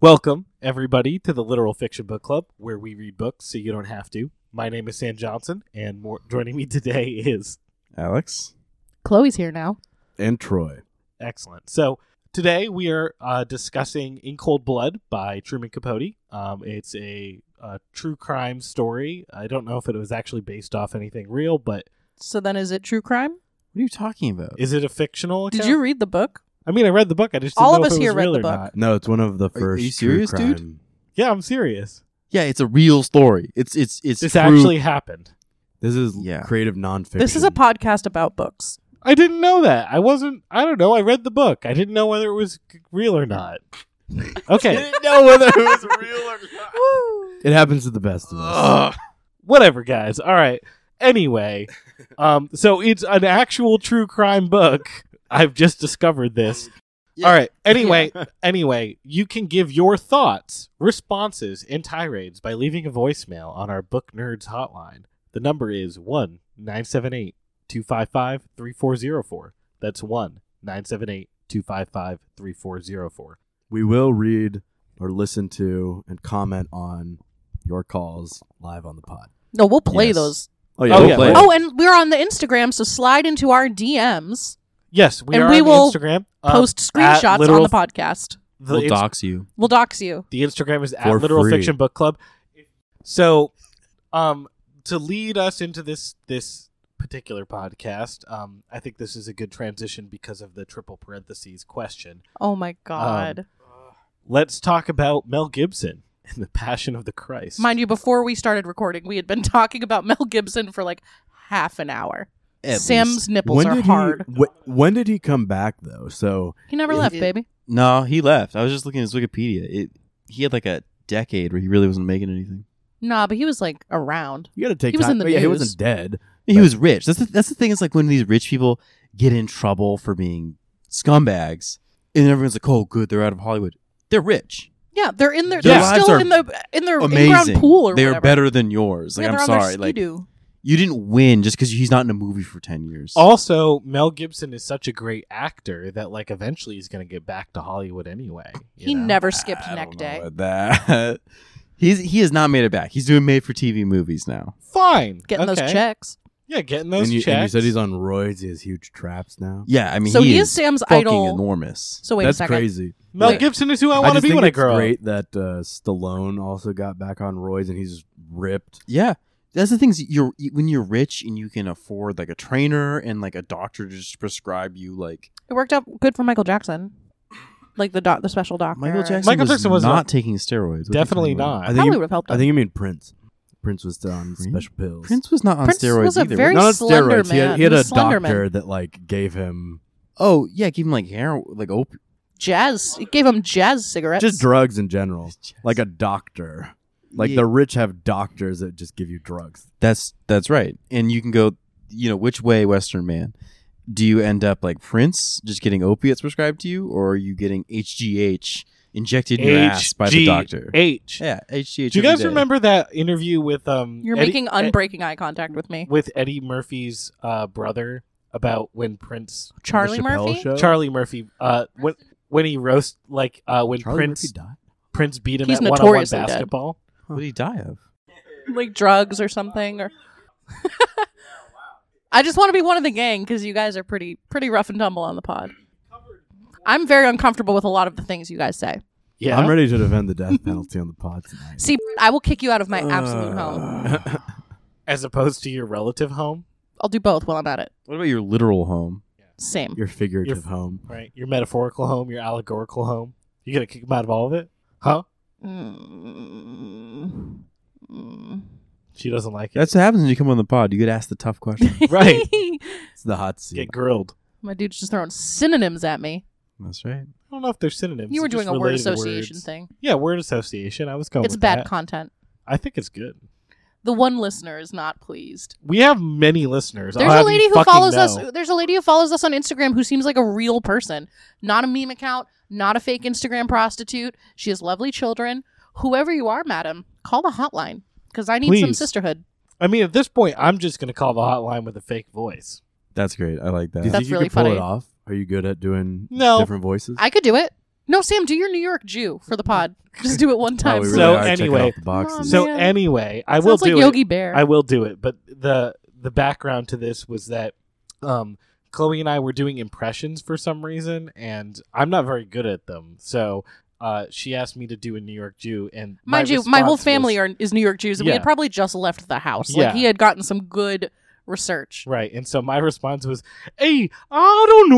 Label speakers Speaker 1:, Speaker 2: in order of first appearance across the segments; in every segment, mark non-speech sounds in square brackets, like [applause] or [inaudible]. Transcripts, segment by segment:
Speaker 1: Welcome, everybody, to the Literal Fiction Book Club, where we read books so you don't have to. My name is Sam Johnson, and more, joining me today [laughs] is
Speaker 2: Alex
Speaker 3: Chloe's here now.
Speaker 2: and Troy.
Speaker 1: excellent. So today we are uh, discussing In Cold Blood by Truman Capote. Um, it's a, a true crime story. I don't know if it was actually based off anything real, but
Speaker 3: So then, is it true crime?
Speaker 2: What are you talking about?
Speaker 1: is it a fictional?
Speaker 3: Did
Speaker 1: account?
Speaker 3: you read the book?
Speaker 1: I mean, I read the book. I just didn't
Speaker 3: All
Speaker 1: know
Speaker 3: of
Speaker 1: if
Speaker 3: us
Speaker 1: it
Speaker 3: here
Speaker 1: was
Speaker 3: read
Speaker 1: real
Speaker 3: the
Speaker 1: or
Speaker 3: book.
Speaker 1: not.
Speaker 2: no, it's one of the
Speaker 4: Are- are
Speaker 2: first.
Speaker 4: you serious,
Speaker 2: true crime.
Speaker 4: dude?
Speaker 1: Yeah, I'm serious.
Speaker 4: Yeah, it's a real story. It's it's it's
Speaker 1: This
Speaker 4: true.
Speaker 1: actually happened.
Speaker 2: This is
Speaker 4: Yeah.
Speaker 2: creative nonfiction.
Speaker 3: This is a podcast
Speaker 1: [laughs]
Speaker 3: about books.
Speaker 1: I didn't know that. I wasn't. I don't know. I read the book. I didn't know whether it was g- real or not. Okay,
Speaker 4: didn't know whether it was real or not.
Speaker 2: It happens to the best of us.
Speaker 4: Ugh.
Speaker 1: whatever, guys. All right. Anyway, um, so it's an actual true crime book. I've just discovered this.
Speaker 4: Yeah.
Speaker 1: All right. Anyway, anyway, you can give your thoughts, responses, and tirades by leaving a voicemail on our Book Nerds hotline. The number is 1 978 255 3404. That's 1 978 255 3404.
Speaker 2: we will read or listen to and comment on your calls live on the pod.
Speaker 3: No, we'll play
Speaker 2: Yes.
Speaker 3: those.
Speaker 1: Oh,
Speaker 2: we'll
Speaker 1: yeah.
Speaker 2: play it.
Speaker 3: Oh, and we're on the Instagram, so slide into our DMs,
Speaker 1: Yes, we
Speaker 3: And
Speaker 1: are
Speaker 3: we
Speaker 1: on
Speaker 3: will
Speaker 1: Instagram. Um,
Speaker 3: post
Speaker 1: at
Speaker 3: screenshots
Speaker 1: literal-
Speaker 3: on the podcast.
Speaker 1: the
Speaker 4: We'll
Speaker 1: Inst-
Speaker 4: dox you.
Speaker 3: We'll dox you.
Speaker 1: The Instagram is
Speaker 2: For
Speaker 1: at Literal
Speaker 2: free.
Speaker 1: Fiction Book Club. So, um, to lead us into this this particular podcast, um, I think this is a good transition because of the triple parentheses question.
Speaker 3: Oh my
Speaker 1: Um,
Speaker 3: god!
Speaker 1: Let's talk about Mel Gibson and the Passion of the Christ.
Speaker 3: Mind you, before we started recording, we had been [laughs] talking about Mel Gibson for like half an hour.
Speaker 4: At
Speaker 3: Sam's
Speaker 4: least.
Speaker 3: nipples
Speaker 2: when
Speaker 3: are
Speaker 2: did
Speaker 3: hard.
Speaker 2: He, wh- when did he come back though? So
Speaker 3: He, never
Speaker 4: It-
Speaker 3: left,
Speaker 4: it-
Speaker 3: baby.
Speaker 4: No, he left. I was just looking at his Wikipedia. It he had like a decade where he really wasn't making anything.
Speaker 3: Nah, but he was like around.
Speaker 2: you got to take
Speaker 3: He was
Speaker 2: time.
Speaker 3: in the
Speaker 2: oh, yeah, he
Speaker 3: news.
Speaker 2: wasn't dead.
Speaker 4: He
Speaker 2: But-
Speaker 4: was rich. That's the that's the thing. Is like when these rich people get in trouble for being scumbags, and everyone's like, "Oh, good, they're out of Hollywood. They're rich.
Speaker 3: Yeah, they're in their.
Speaker 4: Their
Speaker 3: They're
Speaker 4: lives
Speaker 3: still
Speaker 4: are
Speaker 3: in the in their
Speaker 4: Amazing.
Speaker 3: in-ground pool or
Speaker 4: they
Speaker 3: whatever.
Speaker 4: are better than yours. Like
Speaker 3: yeah,
Speaker 4: I'm
Speaker 3: they're on
Speaker 4: sorry.
Speaker 3: their
Speaker 4: Like
Speaker 3: Ski-Doo.
Speaker 4: you didn't win just because he's not in a movie for ten years.
Speaker 1: Also, Mel Gibson is such a great actor that like eventually he's going to get back to Hollywood anyway. you
Speaker 3: he
Speaker 1: know?
Speaker 3: never skipped
Speaker 4: I
Speaker 3: neck
Speaker 4: don't know
Speaker 3: day.
Speaker 4: about that [laughs] he's he has not made it back. He's doing made for TV movies now.
Speaker 1: fine
Speaker 3: Getting
Speaker 1: Okay.
Speaker 3: those checks.
Speaker 1: Yeah, getting those
Speaker 2: And you,
Speaker 1: checks.
Speaker 2: and you said he's on roids. He has huge traps now.
Speaker 4: Yeah, I mean,
Speaker 3: so
Speaker 4: he,
Speaker 3: he is Sam's
Speaker 4: fucking
Speaker 3: idol.
Speaker 4: enormous.
Speaker 3: So wait
Speaker 2: That's
Speaker 3: a second.
Speaker 2: crazy.
Speaker 1: Mel
Speaker 3: Wait.
Speaker 1: Gibson is who I want to
Speaker 2: just
Speaker 1: be
Speaker 2: think
Speaker 1: when I
Speaker 2: it's
Speaker 1: grow up.
Speaker 2: great that uh, Stallone also got back on roids and he's ripped.
Speaker 4: Yeah, that's the things you're when you're rich and you can afford like a trainer and like a doctor to just prescribe you like
Speaker 3: It worked out good for Michael Jackson, like the doc, the special doctor.
Speaker 4: Michael Jackson.
Speaker 1: Michael
Speaker 4: was
Speaker 1: Jackson was
Speaker 4: not
Speaker 1: not-
Speaker 4: taking steroids. What are you
Speaker 1: Definitely
Speaker 4: talking about?
Speaker 1: not.
Speaker 2: I think
Speaker 3: probably
Speaker 2: you-
Speaker 3: would have helped.
Speaker 2: I
Speaker 3: Him.
Speaker 2: think you mean Prince. Prince was on
Speaker 4: Prince?
Speaker 2: special pills.
Speaker 4: Prince was not on
Speaker 3: Prince
Speaker 4: steroids
Speaker 3: was a
Speaker 4: either.
Speaker 3: very-
Speaker 2: not on
Speaker 3: slender
Speaker 2: steroids. He had,
Speaker 3: man.
Speaker 2: he had
Speaker 3: He
Speaker 2: a
Speaker 3: was slender
Speaker 2: doctor
Speaker 3: man.
Speaker 2: that like gave him
Speaker 4: oh yeah, give him like hair, like op-
Speaker 3: jazz. It gave him jazz cigarettes.
Speaker 2: just drugs in general, like a doctor. Like
Speaker 4: Yeah.
Speaker 2: the rich have doctors that just give you drugs.
Speaker 4: That's that's right. And you can go, you know, which way, Western man? Do you end up like Prince, just getting opiates prescribed to you, or are you getting HGH injected in your ass by the doctor?
Speaker 1: H.
Speaker 4: yeah, HGH.
Speaker 1: Do you
Speaker 4: every
Speaker 1: guys
Speaker 4: day.
Speaker 1: remember that interview with um?
Speaker 3: You're
Speaker 1: Eddie-
Speaker 3: making
Speaker 1: Ed-
Speaker 3: unbreaking eye contact with me,
Speaker 1: with Eddie Murphy's uh, brother about when Prince
Speaker 3: Charlie
Speaker 2: the Chappelle
Speaker 3: Murphy.
Speaker 2: Show?
Speaker 1: Charlie Murphy uh, when when he roast like uh, when
Speaker 2: Charlie
Speaker 1: Prince
Speaker 2: Murphy died.
Speaker 1: Prince beat him
Speaker 3: He's
Speaker 1: at one on one
Speaker 3: notoriously dead.
Speaker 1: basketball.
Speaker 4: What did he die of?
Speaker 3: like drugs or something. Or [laughs] I just want to be one of the gang because you guys are pretty pretty rough and tumble on the pod. I'm very uncomfortable with a lot of the things you guys say.
Speaker 1: Yeah,
Speaker 2: I'm ready to defend the death penalty on the pod
Speaker 3: [laughs]
Speaker 2: tonight.
Speaker 3: See, I will kick you out of my absolute home.
Speaker 2: [laughs]
Speaker 4: Uh.
Speaker 1: as opposed to your relative home,
Speaker 3: I'll do both while I'm at it.
Speaker 4: What about your literal home?
Speaker 3: Same.
Speaker 2: Your figurative
Speaker 1: Your-
Speaker 2: home.
Speaker 1: right? Your metaphorical home, your allegorical home. You gonna kick him out of all of it, huh?
Speaker 3: Mm. Mm.
Speaker 1: She doesn't like it,
Speaker 4: That's what happens when you come on the pod. You get asked the tough question.
Speaker 1: [laughs] right?
Speaker 2: [laughs] It's the hot seat.
Speaker 1: Get grilled.
Speaker 3: [laughs] My dude's just throwing synonyms at me.
Speaker 4: that's right.
Speaker 1: I don't know if they're synonyms.
Speaker 3: You were
Speaker 1: They're just
Speaker 3: doing a word
Speaker 1: related
Speaker 3: association
Speaker 1: words.
Speaker 3: thing.
Speaker 1: Yeah, word association. I was going.
Speaker 3: It's
Speaker 1: with
Speaker 3: bad
Speaker 1: that.
Speaker 3: content.
Speaker 1: I think it's good.
Speaker 3: The one listener is not pleased.
Speaker 1: We have many listeners.
Speaker 3: There's
Speaker 1: I'll
Speaker 3: a
Speaker 1: have
Speaker 3: lady
Speaker 1: you
Speaker 3: who
Speaker 1: fucking
Speaker 3: follows
Speaker 1: know.
Speaker 3: us. There's a lady who follows us on Instagram who seems like a real person, not a meme account, not a fake Instagram prostitute. She has lovely children. Whoever you are, madam, call the hotline because I need some
Speaker 1: Please.
Speaker 3: sisterhood.
Speaker 1: I mean, at this point, I'm just going to call the hotline with a fake voice.
Speaker 4: That's great. I like
Speaker 2: Do you [laughs]
Speaker 3: That's
Speaker 4: that.
Speaker 2: think you
Speaker 3: really
Speaker 2: could pull
Speaker 3: funny.
Speaker 2: it off? Are you good at doing
Speaker 1: No.
Speaker 2: different voices?
Speaker 3: I could do it. No, Sam, do your New York Jew for the
Speaker 1: [laughs]
Speaker 3: pod. Just do it one
Speaker 2: Oh,
Speaker 3: time.
Speaker 1: we
Speaker 3: for
Speaker 1: really So
Speaker 3: the-
Speaker 1: are checking anyway- off
Speaker 2: the
Speaker 3: boxes.
Speaker 2: boxes.
Speaker 1: so
Speaker 3: Oh, man.
Speaker 1: anyway, I
Speaker 3: Sounds
Speaker 1: will
Speaker 3: like
Speaker 1: do it.
Speaker 3: Yogi Bear.
Speaker 1: I will do it. But the the background to this was that um, Chloe and I were doing impressions for some reason, and I'm not very good at them. So uh, she asked me to do a New York Jew, and
Speaker 3: Mind you, my whole
Speaker 1: response
Speaker 3: family
Speaker 1: was-
Speaker 3: are is New York Jews, and we had
Speaker 1: Yeah.
Speaker 3: probably just left the house.
Speaker 1: Yeah.
Speaker 3: Like he had gotten some good
Speaker 1: [laughs]
Speaker 3: research.
Speaker 1: right. And so my response was, "Hey, I don't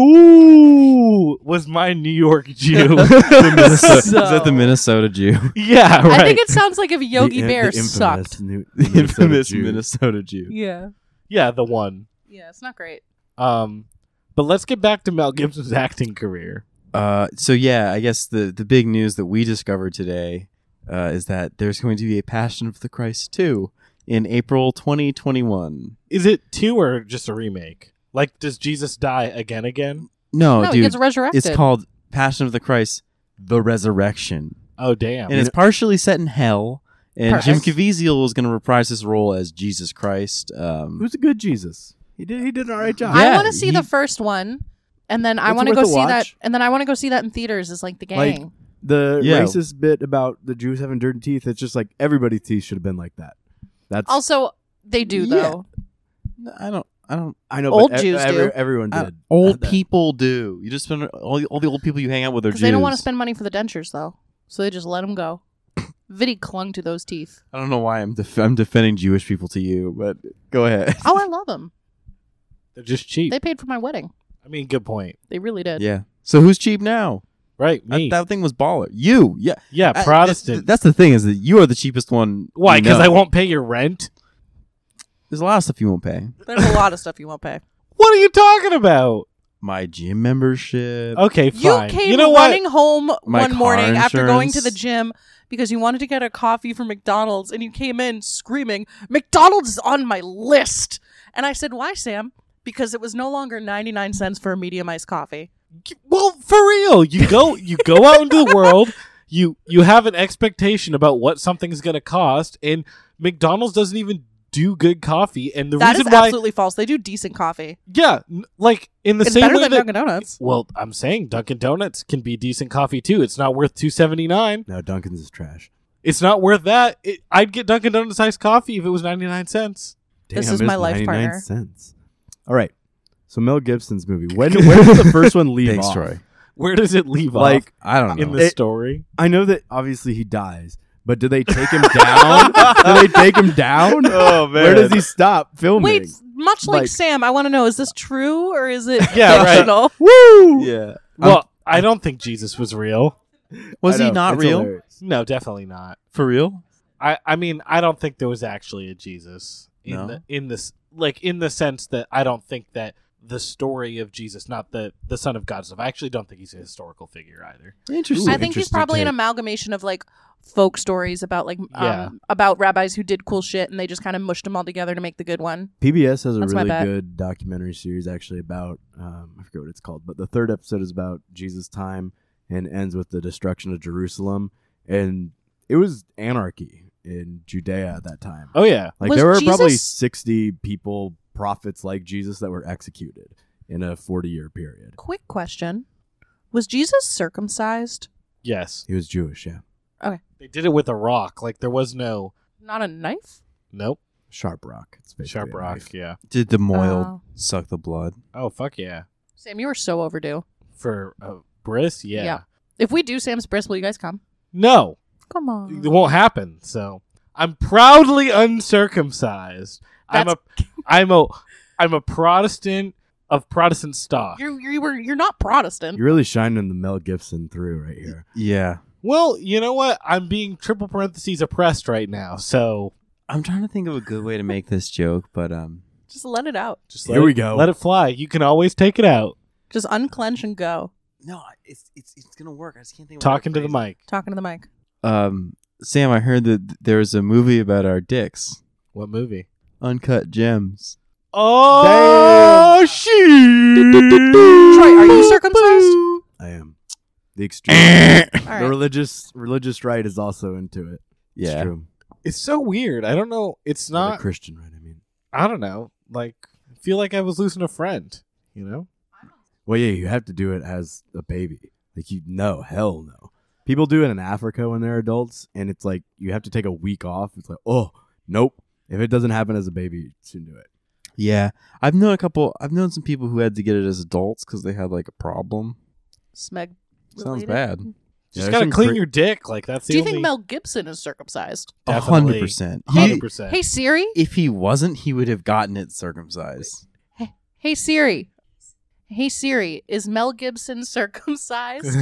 Speaker 1: know," was my New York Jew.
Speaker 4: [laughs] The Minnesota- Is that
Speaker 3: So-
Speaker 4: the Minnesota Jew?
Speaker 1: [laughs] yeah, right.
Speaker 3: I think it sounds like if Yogi
Speaker 2: The in-
Speaker 3: Bear
Speaker 2: the infamous
Speaker 3: sucked.
Speaker 4: [laughs]
Speaker 2: New-
Speaker 4: The
Speaker 2: Minnesota
Speaker 4: infamous
Speaker 2: Jew.
Speaker 4: Minnesota Jew.
Speaker 3: Yeah.
Speaker 1: yeah, the one.
Speaker 3: Yeah, it's not great.
Speaker 1: Um, but let's get back to Mel Gibson's acting career.
Speaker 4: Uh, so yeah, I guess the the big news that we discovered today uh, is that there's going to be a Passion of the Christ two in April 2021.
Speaker 1: Is it two or just a remake? Like, does Jesus die again? Again?
Speaker 4: No,
Speaker 3: no, he
Speaker 4: Oh, dude,
Speaker 3: gets resurrected.
Speaker 4: it's called Passion of the Christ: The Resurrection,
Speaker 1: Oh, damn!
Speaker 4: and it's partially set in hell. And
Speaker 3: Perfect.
Speaker 4: Jim Caviezel is going to reprise his role as Jesus Christ. Um,
Speaker 2: Who's a good Jesus? He did. He did an alright job.
Speaker 4: Yeah,
Speaker 3: I want to see
Speaker 4: he-
Speaker 3: the first one, and then I
Speaker 2: It's
Speaker 3: want to
Speaker 2: worth
Speaker 3: go
Speaker 2: a
Speaker 3: see that,
Speaker 2: watch.
Speaker 3: and then I want to go see that in theaters. Is like the gang.
Speaker 2: Like- The
Speaker 4: Yeah.
Speaker 2: racist bit about the Jews having dirty teeth. It's just like everybody's teeth should have been like that. That's
Speaker 3: also, they do
Speaker 4: Yeah.
Speaker 3: though.
Speaker 4: I don't. I don't.
Speaker 2: I know.
Speaker 3: old
Speaker 2: but e-
Speaker 3: Jews do. Uh,
Speaker 2: Everyone
Speaker 4: I-
Speaker 2: did.
Speaker 4: old
Speaker 2: That-
Speaker 4: people do. You just spend all, all the old people you hang out with are
Speaker 3: Because
Speaker 4: Jews.
Speaker 3: they don't want to spend money for the dentures, though. So they just let them go. Vidi clung to those teeth.
Speaker 4: I don't know why I'm def- I'm defending Jewish people to you, but
Speaker 3: [laughs]
Speaker 4: go ahead.
Speaker 3: Oh, I love them.
Speaker 1: They're just cheap.
Speaker 3: They paid for my wedding.
Speaker 1: I mean, good point.
Speaker 3: They really did.
Speaker 4: yeah. So who's cheap now?
Speaker 1: Right?
Speaker 4: That,
Speaker 1: Me?
Speaker 4: that thing was baller. You, yeah,
Speaker 1: yeah,
Speaker 4: I-
Speaker 1: Protestant.
Speaker 4: that's, that's the thing is that you are the cheapest one.
Speaker 1: Why?
Speaker 4: we
Speaker 1: Because
Speaker 4: know.
Speaker 1: I won't pay your rent.
Speaker 4: There's a lot of stuff you won't pay.
Speaker 3: There's a lot of stuff you won't pay.
Speaker 1: What are you talking about?
Speaker 4: My gym membership.
Speaker 1: Okay, fine.
Speaker 3: You came
Speaker 1: know what?
Speaker 3: running home
Speaker 4: My
Speaker 3: one
Speaker 4: car
Speaker 3: morning after going to
Speaker 4: insurance.
Speaker 3: the gym because you wanted to get a coffee from McDonald's and you came in screaming, McDonald's is on my list. And I said, Why, Sam? Because it was no longer 99 cents for a medium iced coffee.
Speaker 1: Well, for real, you go you go out into the world. [laughs] You you have an expectation about what something's going to cost, and McDonald's doesn't even do good coffee. And the
Speaker 3: that is
Speaker 1: reason why,
Speaker 3: absolutely false. They do decent coffee.
Speaker 1: yeah, n- like in the
Speaker 3: it's
Speaker 1: same
Speaker 3: better
Speaker 1: way
Speaker 3: than
Speaker 1: that.
Speaker 3: Dunkin' Donuts.
Speaker 1: Well, I'm saying Dunkin' Donuts can be decent coffee too. It's not worth two seventy nine.
Speaker 2: No, Duncan's is trash.
Speaker 1: It's not worth that. It, I'd get Dunkin' Donuts iced coffee if it was ninety nine cents.
Speaker 3: This
Speaker 2: Damn,
Speaker 3: is
Speaker 2: it's
Speaker 3: my life
Speaker 2: 99
Speaker 3: partner.
Speaker 2: Cents. All right. So Mel Gibson's movie. When when
Speaker 4: [laughs]
Speaker 2: did the first one leave
Speaker 4: Thanks,
Speaker 2: off?
Speaker 4: Troy.
Speaker 1: Where does it leave
Speaker 2: Like
Speaker 4: I don't
Speaker 1: off
Speaker 4: know.
Speaker 1: in the
Speaker 2: It- [laughs]
Speaker 1: story?
Speaker 2: I know that obviously he dies, but do they take him
Speaker 4: [laughs]
Speaker 2: down? do they take him down?
Speaker 1: [laughs]
Speaker 4: oh
Speaker 2: Where does he stop filming?
Speaker 3: Wait, much like,
Speaker 2: Like-
Speaker 3: Sam, I want to know is this true or is it
Speaker 1: [laughs] Yeah, right.
Speaker 3: fictional?
Speaker 2: Woo!
Speaker 4: Yeah.
Speaker 1: Well, I don't think Jesus was real.
Speaker 4: Was
Speaker 2: I
Speaker 4: he
Speaker 2: know,
Speaker 4: not
Speaker 2: it's
Speaker 4: real?
Speaker 2: hilarious.
Speaker 1: No, definitely not.
Speaker 4: For real?
Speaker 1: I I mean, I don't think there was actually a Jesus in
Speaker 4: No?
Speaker 1: the in this like in the sense that I don't think that the story of Jesus, not the the Son of God stuff. I actually don't think he's a historical figure either.
Speaker 4: Interesting.
Speaker 3: I think he's
Speaker 2: interesting
Speaker 3: probably an
Speaker 2: take.
Speaker 3: amalgamation of like folk stories about like um,
Speaker 1: Yeah.
Speaker 3: about rabbis who did cool shit and they just kind of mushed them all together to make the good one.
Speaker 2: PBS has a
Speaker 3: That's my
Speaker 2: really
Speaker 3: bet.
Speaker 2: good documentary series actually about um, I forget what it's called, but the third episode is about Jesus' time and ends with the destruction of Jerusalem, and it was anarchy in Judea at that time.
Speaker 1: Oh yeah,
Speaker 2: Like
Speaker 3: Was
Speaker 2: there were probably
Speaker 3: Jesus-
Speaker 2: sixty people, prophets like Jesus, that were executed in a forty-year period.
Speaker 3: Quick question: Was Jesus circumcised?
Speaker 1: yes,
Speaker 2: He was Jewish, yeah,
Speaker 1: they did it with a rock. Like there was no
Speaker 3: Not a knife.
Speaker 1: nope
Speaker 2: sharp rock. It's basically
Speaker 1: sharp
Speaker 2: a
Speaker 1: rock.
Speaker 2: knife.
Speaker 1: Yeah.
Speaker 4: Did the
Speaker 3: Oh.
Speaker 4: moil suck the blood?
Speaker 1: Oh fuck yeah.
Speaker 3: Sam, you were so overdue.
Speaker 1: For a bris, yeah.
Speaker 3: Yeah. If we do Sam's bris, will you guys come?
Speaker 1: No,
Speaker 3: Come
Speaker 1: it
Speaker 3: on.
Speaker 1: won't happen. So I'm proudly uncircumcised. I'm a
Speaker 3: That's- [laughs]
Speaker 1: I'm a I'm a Protestant of Protestant stock.
Speaker 3: You you were you're not Protestant.
Speaker 2: You're really shining the Mel Gibson through right here.
Speaker 4: Yeah.
Speaker 1: Well, you know what? I'm being triple parentheses oppressed right now, so
Speaker 4: I'm trying to think of a good way to make this joke, but um,
Speaker 3: just let it out.
Speaker 1: just
Speaker 2: Here
Speaker 1: let
Speaker 2: we
Speaker 1: it-
Speaker 2: go.
Speaker 1: Let it fly. You can always take it out.
Speaker 3: Just unclench and go.
Speaker 4: no, it's it's it's gonna work. I just can't think.
Speaker 1: Talking to the mic.
Speaker 3: Talking to the mic.
Speaker 4: Um, Sam, I heard that th- there was a movie about our dicks,
Speaker 1: What movie?
Speaker 4: uncut gems.
Speaker 1: Oh shit!
Speaker 3: Troy, are you circumcised?
Speaker 2: I am the extreme.
Speaker 3: All
Speaker 2: The
Speaker 3: right.
Speaker 2: religious religious right is also into it. it's
Speaker 4: Yeah,
Speaker 2: true.
Speaker 1: It's so weird. I don't know. It's
Speaker 2: Or
Speaker 1: not.
Speaker 2: the Christian right. I mean,
Speaker 1: I don't know. Like, I feel like I was losing a friend. You know?
Speaker 2: well, yeah, you have to do it as a baby. Like you no, hell no. [laughs] People do it in Africa when they're adults, and it's like you have to take a week off. It's like, oh, nope. If it doesn't happen as a baby, you shouldn't do it.
Speaker 4: Yeah, I've known a couple. I've known some people who had to get it as adults because they had like a problem.
Speaker 3: Smeg.
Speaker 4: Sounds
Speaker 3: related?
Speaker 4: bad.
Speaker 2: Yeah,
Speaker 1: Just
Speaker 2: there's
Speaker 1: gotta
Speaker 2: some
Speaker 1: clean
Speaker 2: cre-
Speaker 1: your dick. Like that's the
Speaker 3: Do you
Speaker 1: only.
Speaker 3: think Mel Gibson is circumcised?
Speaker 4: A
Speaker 1: Definitely.
Speaker 4: hundred percent. He-
Speaker 1: Hundred percent.
Speaker 3: Hey Siri.
Speaker 4: If he wasn't, he would have gotten it circumcised.
Speaker 3: Hey Siri. Hey Siri. Is Mel Gibson [laughs] circumcised?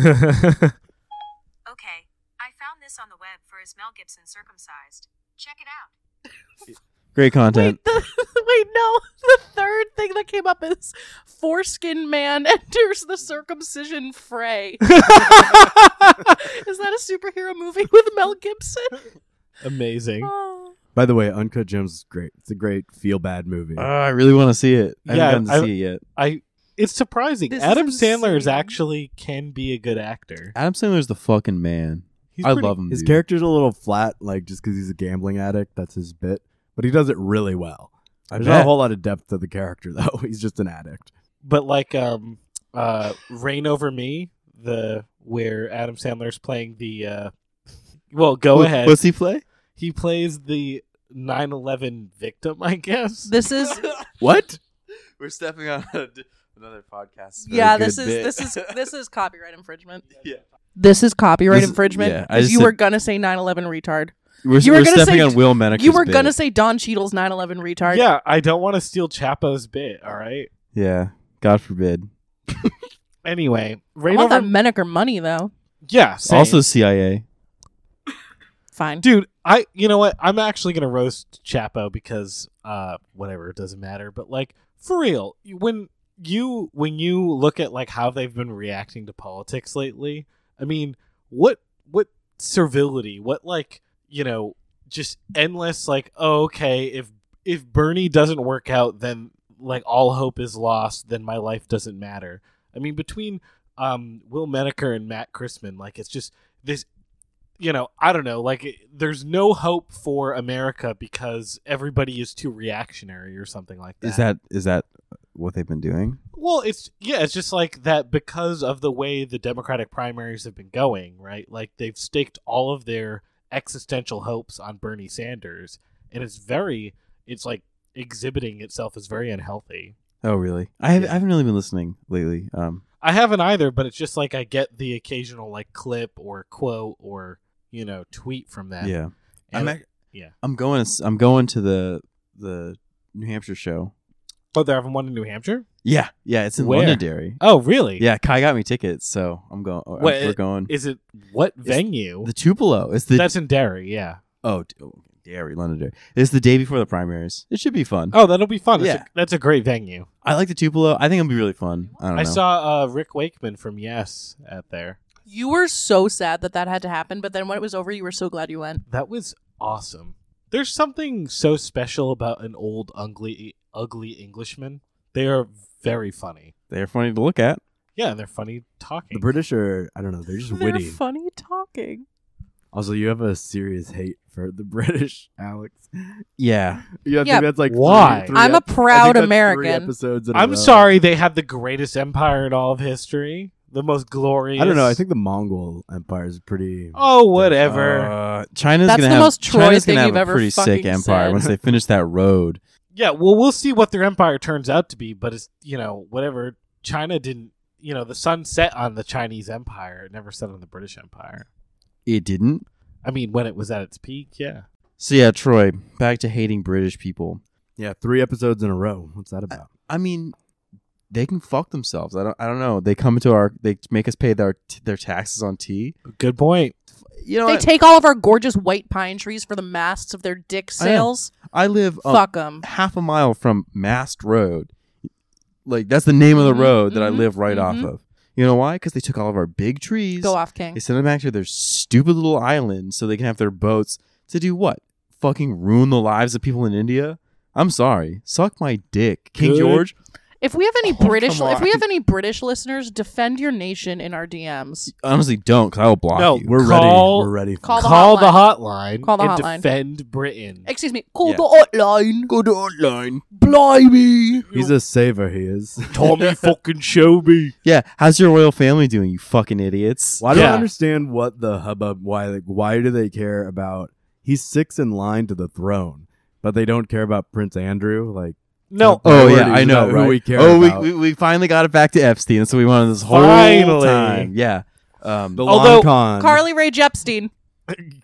Speaker 5: Okay, I found this on the web for Is Mel Gibson Circumcised? Check it out.
Speaker 4: Great content.
Speaker 3: Wait, the, [laughs] wait, no. The third thing that came up is foreskin man [laughs] enters the circumcision
Speaker 4: [laughs]
Speaker 3: fray. is that a superhero movie with Mel
Speaker 4: [laughs]
Speaker 3: Gibson?
Speaker 1: Amazing.
Speaker 3: Oh.
Speaker 2: By the way, Uncut Gems is great. It's a great feel bad movie.
Speaker 4: Oh, I really want to see it. I
Speaker 1: Yeah,
Speaker 4: haven't gotten
Speaker 1: I-
Speaker 4: to see it yet.
Speaker 1: I. It's surprising.
Speaker 3: This is
Speaker 1: Adam Sandler is
Speaker 3: insane.
Speaker 1: actually can be a good actor.
Speaker 4: Adam Sandler's the fucking man.
Speaker 1: He's
Speaker 4: I
Speaker 1: pretty-
Speaker 4: love him.
Speaker 2: His
Speaker 4: dude.
Speaker 2: character's a little flat, like just because he's a gambling addict. That's his bit, but he does it really well.
Speaker 4: I
Speaker 2: There's not a
Speaker 4: bet.
Speaker 2: whole lot of depth to the character though. [laughs] He's just an addict.
Speaker 1: but like um uh rain over me the where adam sandler's playing the uh well go
Speaker 4: What-
Speaker 1: ahead
Speaker 4: What's he play?
Speaker 1: he plays the 9-11 victim i guess
Speaker 3: This is
Speaker 2: What?
Speaker 4: We're stepping on another podcast.
Speaker 3: yeah. This is this
Speaker 4: [laughs]
Speaker 3: is this is copyright infringement.
Speaker 4: yeah.
Speaker 3: This is copyright
Speaker 4: This is-
Speaker 3: infringement.
Speaker 4: yeah, I
Speaker 3: if
Speaker 4: just
Speaker 3: you
Speaker 4: said-
Speaker 3: were gonna say 9/11 retard,
Speaker 4: We're,
Speaker 3: You were
Speaker 4: we're
Speaker 3: gonna
Speaker 4: stepping
Speaker 3: say-
Speaker 4: on Will Meneker's
Speaker 3: you were
Speaker 4: bit.
Speaker 3: gonna say Don Cheadle's 9/11 retard.
Speaker 1: yeah i don't want to steal chapo's bit all right
Speaker 4: Yeah. God forbid.
Speaker 1: anyway
Speaker 3: I
Speaker 1: rain
Speaker 3: want
Speaker 1: over
Speaker 3: that Menaker money though.
Speaker 1: yeah same.
Speaker 4: Also CIA.
Speaker 3: Fine.
Speaker 1: dude i you know what i'm actually gonna roast chapo because uh whatever it doesn't matter but like for real when you when you look at like how they've been reacting to politics lately i mean what what servility what like you know just endless like oh, okay if if bernie doesn't work out then like all hope is lost then my life doesn't matter i mean between um will menaker and matt chrisman like it's just this you know, I don't know, like it- there's no hope for America because everybody is too reactionary or something like that.
Speaker 4: Is that is that what they've been doing?
Speaker 1: Well, it's yeah, it's just like that because of the way the Democratic primaries have been going, right? Like they've staked all of their existential hopes on Bernie Sanders and it's very it's like exhibiting itself as very unhealthy.
Speaker 4: Oh, really? I, have,
Speaker 1: Yeah.
Speaker 4: I haven't really been listening lately. Um,
Speaker 1: I haven't either, but it's just like I get the occasional like clip or quote or, you know, tweet from that.
Speaker 4: yeah.
Speaker 1: And-
Speaker 4: I'm ac-
Speaker 1: yeah.
Speaker 4: I'm going. To, I'm going to the the New Hampshire show.
Speaker 1: oh, they're having one in New Hampshire?
Speaker 4: Yeah, yeah. It's in
Speaker 1: Where?
Speaker 4: Londonderry.
Speaker 1: Oh, really?
Speaker 4: Yeah, Kai got me tickets, so I'm going. I'm-
Speaker 1: Wait,
Speaker 4: we're going.
Speaker 1: Is it what
Speaker 4: It's
Speaker 1: venue?
Speaker 4: the Tupelo. It's the
Speaker 1: eh, That's in Derry, yeah.
Speaker 4: oh, d- oh, Derry, Londonderry. It's the day before the primaries. It should be fun.
Speaker 1: Oh, that'll be fun. It's a-
Speaker 4: Yeah.
Speaker 1: that's a great venue.
Speaker 4: I like the Tupelo. I think it'll be really fun. I don't
Speaker 1: I
Speaker 4: know.
Speaker 1: saw uh, Rick Wakeman from Yes at there.
Speaker 3: You were so sad that that had to happen, but then when it was over, you were so glad you went.
Speaker 1: That was awesome. There's something so special about an old ugly ugly Englishman. They are very funny.
Speaker 4: They're funny to look at.
Speaker 1: Yeah, and they're funny
Speaker 2: The
Speaker 1: talking.
Speaker 2: British are I don't know. They're just
Speaker 3: They're
Speaker 2: witty.
Speaker 3: funny talking.
Speaker 2: also, you have a serious hate for the [laughs] British, Alex.
Speaker 4: Yeah,
Speaker 2: Yeah, I
Speaker 3: Yeah.
Speaker 2: think that's like
Speaker 1: Why?
Speaker 2: Three, three
Speaker 3: I'm a
Speaker 2: ep- I think
Speaker 3: proud
Speaker 2: that's three
Speaker 3: American.
Speaker 2: episodes in a
Speaker 1: I'm
Speaker 2: row.
Speaker 1: sorry they had the greatest empire in all of history. The most glorious
Speaker 2: I don't know. I think the Mongol Empire is pretty.
Speaker 1: Oh, whatever.
Speaker 4: Uh, China's
Speaker 3: That's
Speaker 4: gonna
Speaker 3: the
Speaker 4: have
Speaker 3: most Troy
Speaker 4: China's
Speaker 3: thing
Speaker 4: gonna have
Speaker 3: you've
Speaker 4: a
Speaker 3: ever
Speaker 4: pretty sick
Speaker 3: fucking
Speaker 4: empire
Speaker 3: said.
Speaker 4: once they finish that road.
Speaker 1: Yeah, well, we'll see what their empire turns out to be, but it's, you know, whatever. China didn't, you know, the sun set on the Chinese empire. It never set on the British empire.
Speaker 4: It didn't.
Speaker 1: I mean, when it was at its peak, yeah.
Speaker 4: So yeah, Troy, back to hating British people.
Speaker 2: Yeah, three episodes in a row. What's that about?
Speaker 4: I mean, they can fuck themselves. I don't. I don't know. They come into our. They make us pay their their taxes on tea.
Speaker 1: Good point.
Speaker 4: You know,
Speaker 3: They
Speaker 4: what?
Speaker 3: take all of our gorgeous white pine trees for the masts of their dick
Speaker 4: I know.
Speaker 3: sails.
Speaker 4: I live
Speaker 3: Fuck 'em.
Speaker 4: um,
Speaker 3: Fuck them.
Speaker 4: half a mile from Mast Road. Like that's the name of the
Speaker 3: Mhm,
Speaker 4: road that I
Speaker 3: mhm,
Speaker 4: live right
Speaker 3: mhm.
Speaker 4: off of. You know why? Because they took all of our big trees.
Speaker 3: Go off,
Speaker 4: They
Speaker 3: King.
Speaker 4: sent them back to their stupid little island so they can have their boats to do what? Fucking ruin the lives of people in India. I'm sorry. Suck my dick, King
Speaker 1: Good
Speaker 4: George.
Speaker 3: If we have any
Speaker 4: Oh, come
Speaker 3: British, if we
Speaker 4: on.
Speaker 3: have any British listeners, defend your nation in our DMs.
Speaker 4: Honestly, don't, because I will block
Speaker 1: No,
Speaker 4: you.
Speaker 2: We're
Speaker 1: Call-
Speaker 2: ready. We're ready. for
Speaker 3: Call
Speaker 2: it.
Speaker 3: the
Speaker 1: Call the
Speaker 3: hotline.
Speaker 1: hotline,
Speaker 3: Call the
Speaker 1: and
Speaker 3: hotline.
Speaker 1: defend Britain.
Speaker 3: Excuse me, call
Speaker 4: Yeah.
Speaker 3: the hotline.
Speaker 4: Go to online.
Speaker 2: Blimey! He's a saver. He is.
Speaker 1: [laughs]
Speaker 2: [laughs]
Speaker 1: Tommy fucking show me.
Speaker 4: Yeah, how's your royal family doing, you fucking idiots?
Speaker 2: Why do
Speaker 1: Yeah.
Speaker 2: I understand what the hubbub? Why like why do they care about? He's six in line to the throne, but they don't care about Prince Andrew. Like
Speaker 1: No.
Speaker 4: Oh
Speaker 2: Priorities
Speaker 4: yeah, I know.
Speaker 2: about who
Speaker 4: right?
Speaker 2: we care
Speaker 4: oh,
Speaker 2: about.
Speaker 4: We, we we finally got it back to Epstein. That's what we wanted this whole
Speaker 1: Finally.
Speaker 4: time. Yeah. Um,
Speaker 2: the
Speaker 1: Although-
Speaker 2: long con.
Speaker 3: Carly Rae Jepsen.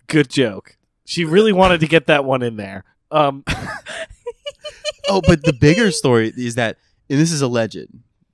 Speaker 1: Good joke. She really wanted to get that one in there. Um,
Speaker 4: oh, but the bigger story is that, and this is alleged.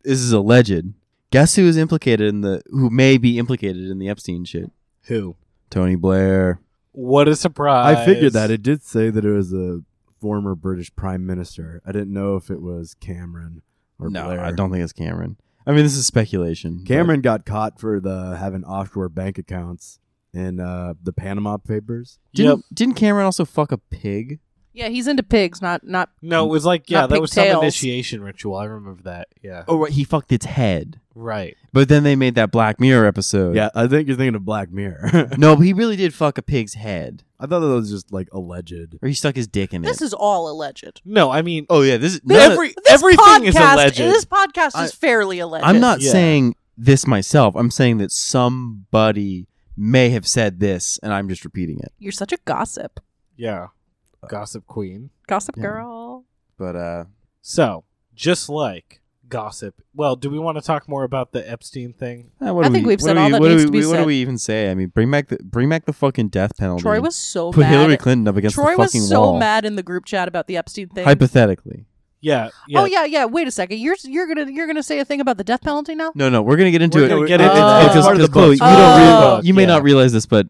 Speaker 4: This is alleged. Guess who is implicated in the who may be implicated in the Epstein shit?
Speaker 1: who?
Speaker 4: Tony Blair.
Speaker 1: What a surprise!
Speaker 2: I figured that it did say that it was a former British prime minister. I didn't know if it was Cameron or
Speaker 4: no,
Speaker 2: Blair.
Speaker 4: I don't think it's Cameron. I mean, this is speculation. but-
Speaker 2: Cameron got caught for the having offshore bank accounts in uh, the Panama Papers.
Speaker 4: Didn't, didn't Cameron also fuck a pig?
Speaker 3: Yeah, he's into pigs, not not.
Speaker 1: No, it was like yeah,
Speaker 3: Not
Speaker 1: that was some
Speaker 3: pigtails.
Speaker 1: initiation ritual. I remember that. Yeah.
Speaker 4: Oh, right. He fucked its head.
Speaker 1: Right.
Speaker 4: But then they made that Black Mirror episode.
Speaker 2: Yeah, I think you're thinking of Black Mirror. [laughs]
Speaker 4: No, but he really did fuck a pig's head,
Speaker 2: I thought that was just like alleged.
Speaker 4: or he stuck his dick in it.
Speaker 3: This is all alleged.
Speaker 1: No, I mean
Speaker 4: oh yeah, this is none of-
Speaker 1: every
Speaker 3: This
Speaker 1: everything
Speaker 3: podcast,
Speaker 1: is alleged.
Speaker 3: This podcast
Speaker 4: I-
Speaker 3: is fairly alleged.
Speaker 4: I'm not
Speaker 1: Yeah.
Speaker 4: saying this myself. I'm saying that somebody may have said this, and I'm just repeating it.
Speaker 3: You're such a gossip,
Speaker 1: yeah. Gossip queen.
Speaker 3: gossip
Speaker 4: Yeah.
Speaker 3: girl.
Speaker 4: But uh,
Speaker 1: So just like gossip. Well, do we want to talk more about the Epstein thing?
Speaker 4: eh, what
Speaker 3: I
Speaker 4: do
Speaker 3: think
Speaker 4: we,
Speaker 3: we've
Speaker 4: what
Speaker 3: said
Speaker 4: do
Speaker 3: all
Speaker 4: we-
Speaker 3: that
Speaker 4: what do
Speaker 3: needs to
Speaker 4: we-
Speaker 3: be
Speaker 4: What
Speaker 3: said.
Speaker 4: do we even say? I mean, bring back the bring back the fucking death penalty.
Speaker 3: Troy was so
Speaker 4: put
Speaker 3: mad.
Speaker 4: Hillary Clinton up against
Speaker 3: Troy
Speaker 4: the
Speaker 3: was
Speaker 4: fucking
Speaker 3: so
Speaker 4: wall.
Speaker 3: mad in the group chat about the Epstein thing.
Speaker 4: Hypothetically,
Speaker 1: Yeah.
Speaker 3: Oh yeah, yeah. Wait a second. You're you're gonna you're gonna say a thing about the death penalty now?
Speaker 4: no, no, we're gonna get into
Speaker 1: We're
Speaker 4: it.
Speaker 1: gonna get
Speaker 4: It's-
Speaker 3: into
Speaker 4: it's-
Speaker 3: that.
Speaker 4: it's just
Speaker 1: Part of the
Speaker 4: 'cause Chloe,
Speaker 1: book.
Speaker 4: you don't
Speaker 3: Oh.
Speaker 4: realize- you may
Speaker 1: Yeah.
Speaker 4: not realize this, but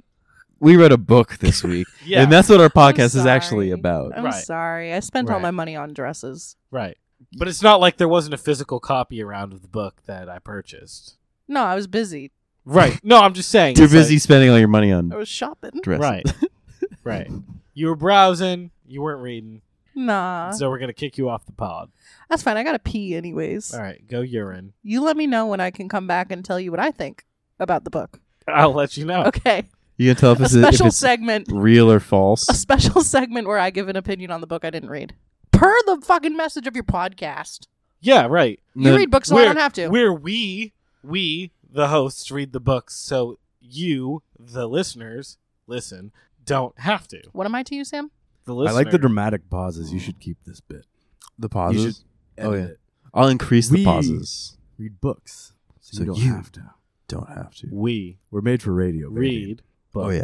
Speaker 4: we read a book this
Speaker 1: [laughs]
Speaker 4: week,
Speaker 1: Yeah.
Speaker 4: and that's what our
Speaker 3: I'm
Speaker 4: podcast is
Speaker 3: sorry.
Speaker 4: actually about.
Speaker 3: I'm
Speaker 1: Right.
Speaker 3: sorry. I spent all
Speaker 1: Right.
Speaker 3: my money on dresses.
Speaker 1: Right. But it's not like there wasn't a physical copy around of the book that I purchased.
Speaker 3: No, I was busy.
Speaker 1: Right. [laughs] No, I'm just saying.
Speaker 4: You're
Speaker 1: it's like-
Speaker 4: busy spending all your money on
Speaker 3: I was shopping.
Speaker 4: dress.
Speaker 1: Right.
Speaker 4: [laughs]
Speaker 1: right. You were browsing, you weren't reading,
Speaker 3: Nah,
Speaker 1: so we're going to kick you off the pod.
Speaker 3: that's fine. I gotta pee anyways.
Speaker 1: All right, go urine.
Speaker 3: You let me know when I can come back and tell you what I think about the book.
Speaker 1: I'll let you know.
Speaker 4: [laughs]
Speaker 3: Okay,
Speaker 4: You can tell if
Speaker 3: a
Speaker 4: it's, if
Speaker 3: special
Speaker 4: it's
Speaker 3: segment.
Speaker 4: real or false.
Speaker 3: A special segment where I give an opinion on the book I didn't read. Per the fucking message of your podcast.
Speaker 1: Yeah, right.
Speaker 3: You read books, so I
Speaker 1: We're-
Speaker 3: don't have to.
Speaker 1: Where we, we, the hosts, read the books, so you, the listeners, listen, don't have to.
Speaker 3: What am I to you, Sam?
Speaker 1: The listener,
Speaker 2: I like the dramatic pauses. You should keep this bit.
Speaker 4: the
Speaker 2: You should edit
Speaker 4: Oh, yeah.
Speaker 2: it.
Speaker 4: I'll increase the
Speaker 2: We-
Speaker 4: pauses.
Speaker 2: Read books. So,
Speaker 4: So
Speaker 2: you don't
Speaker 4: you-
Speaker 2: have to.
Speaker 4: Don't have to.
Speaker 1: We
Speaker 2: We're made for radio. baby.
Speaker 1: read books.
Speaker 4: Oh, yeah.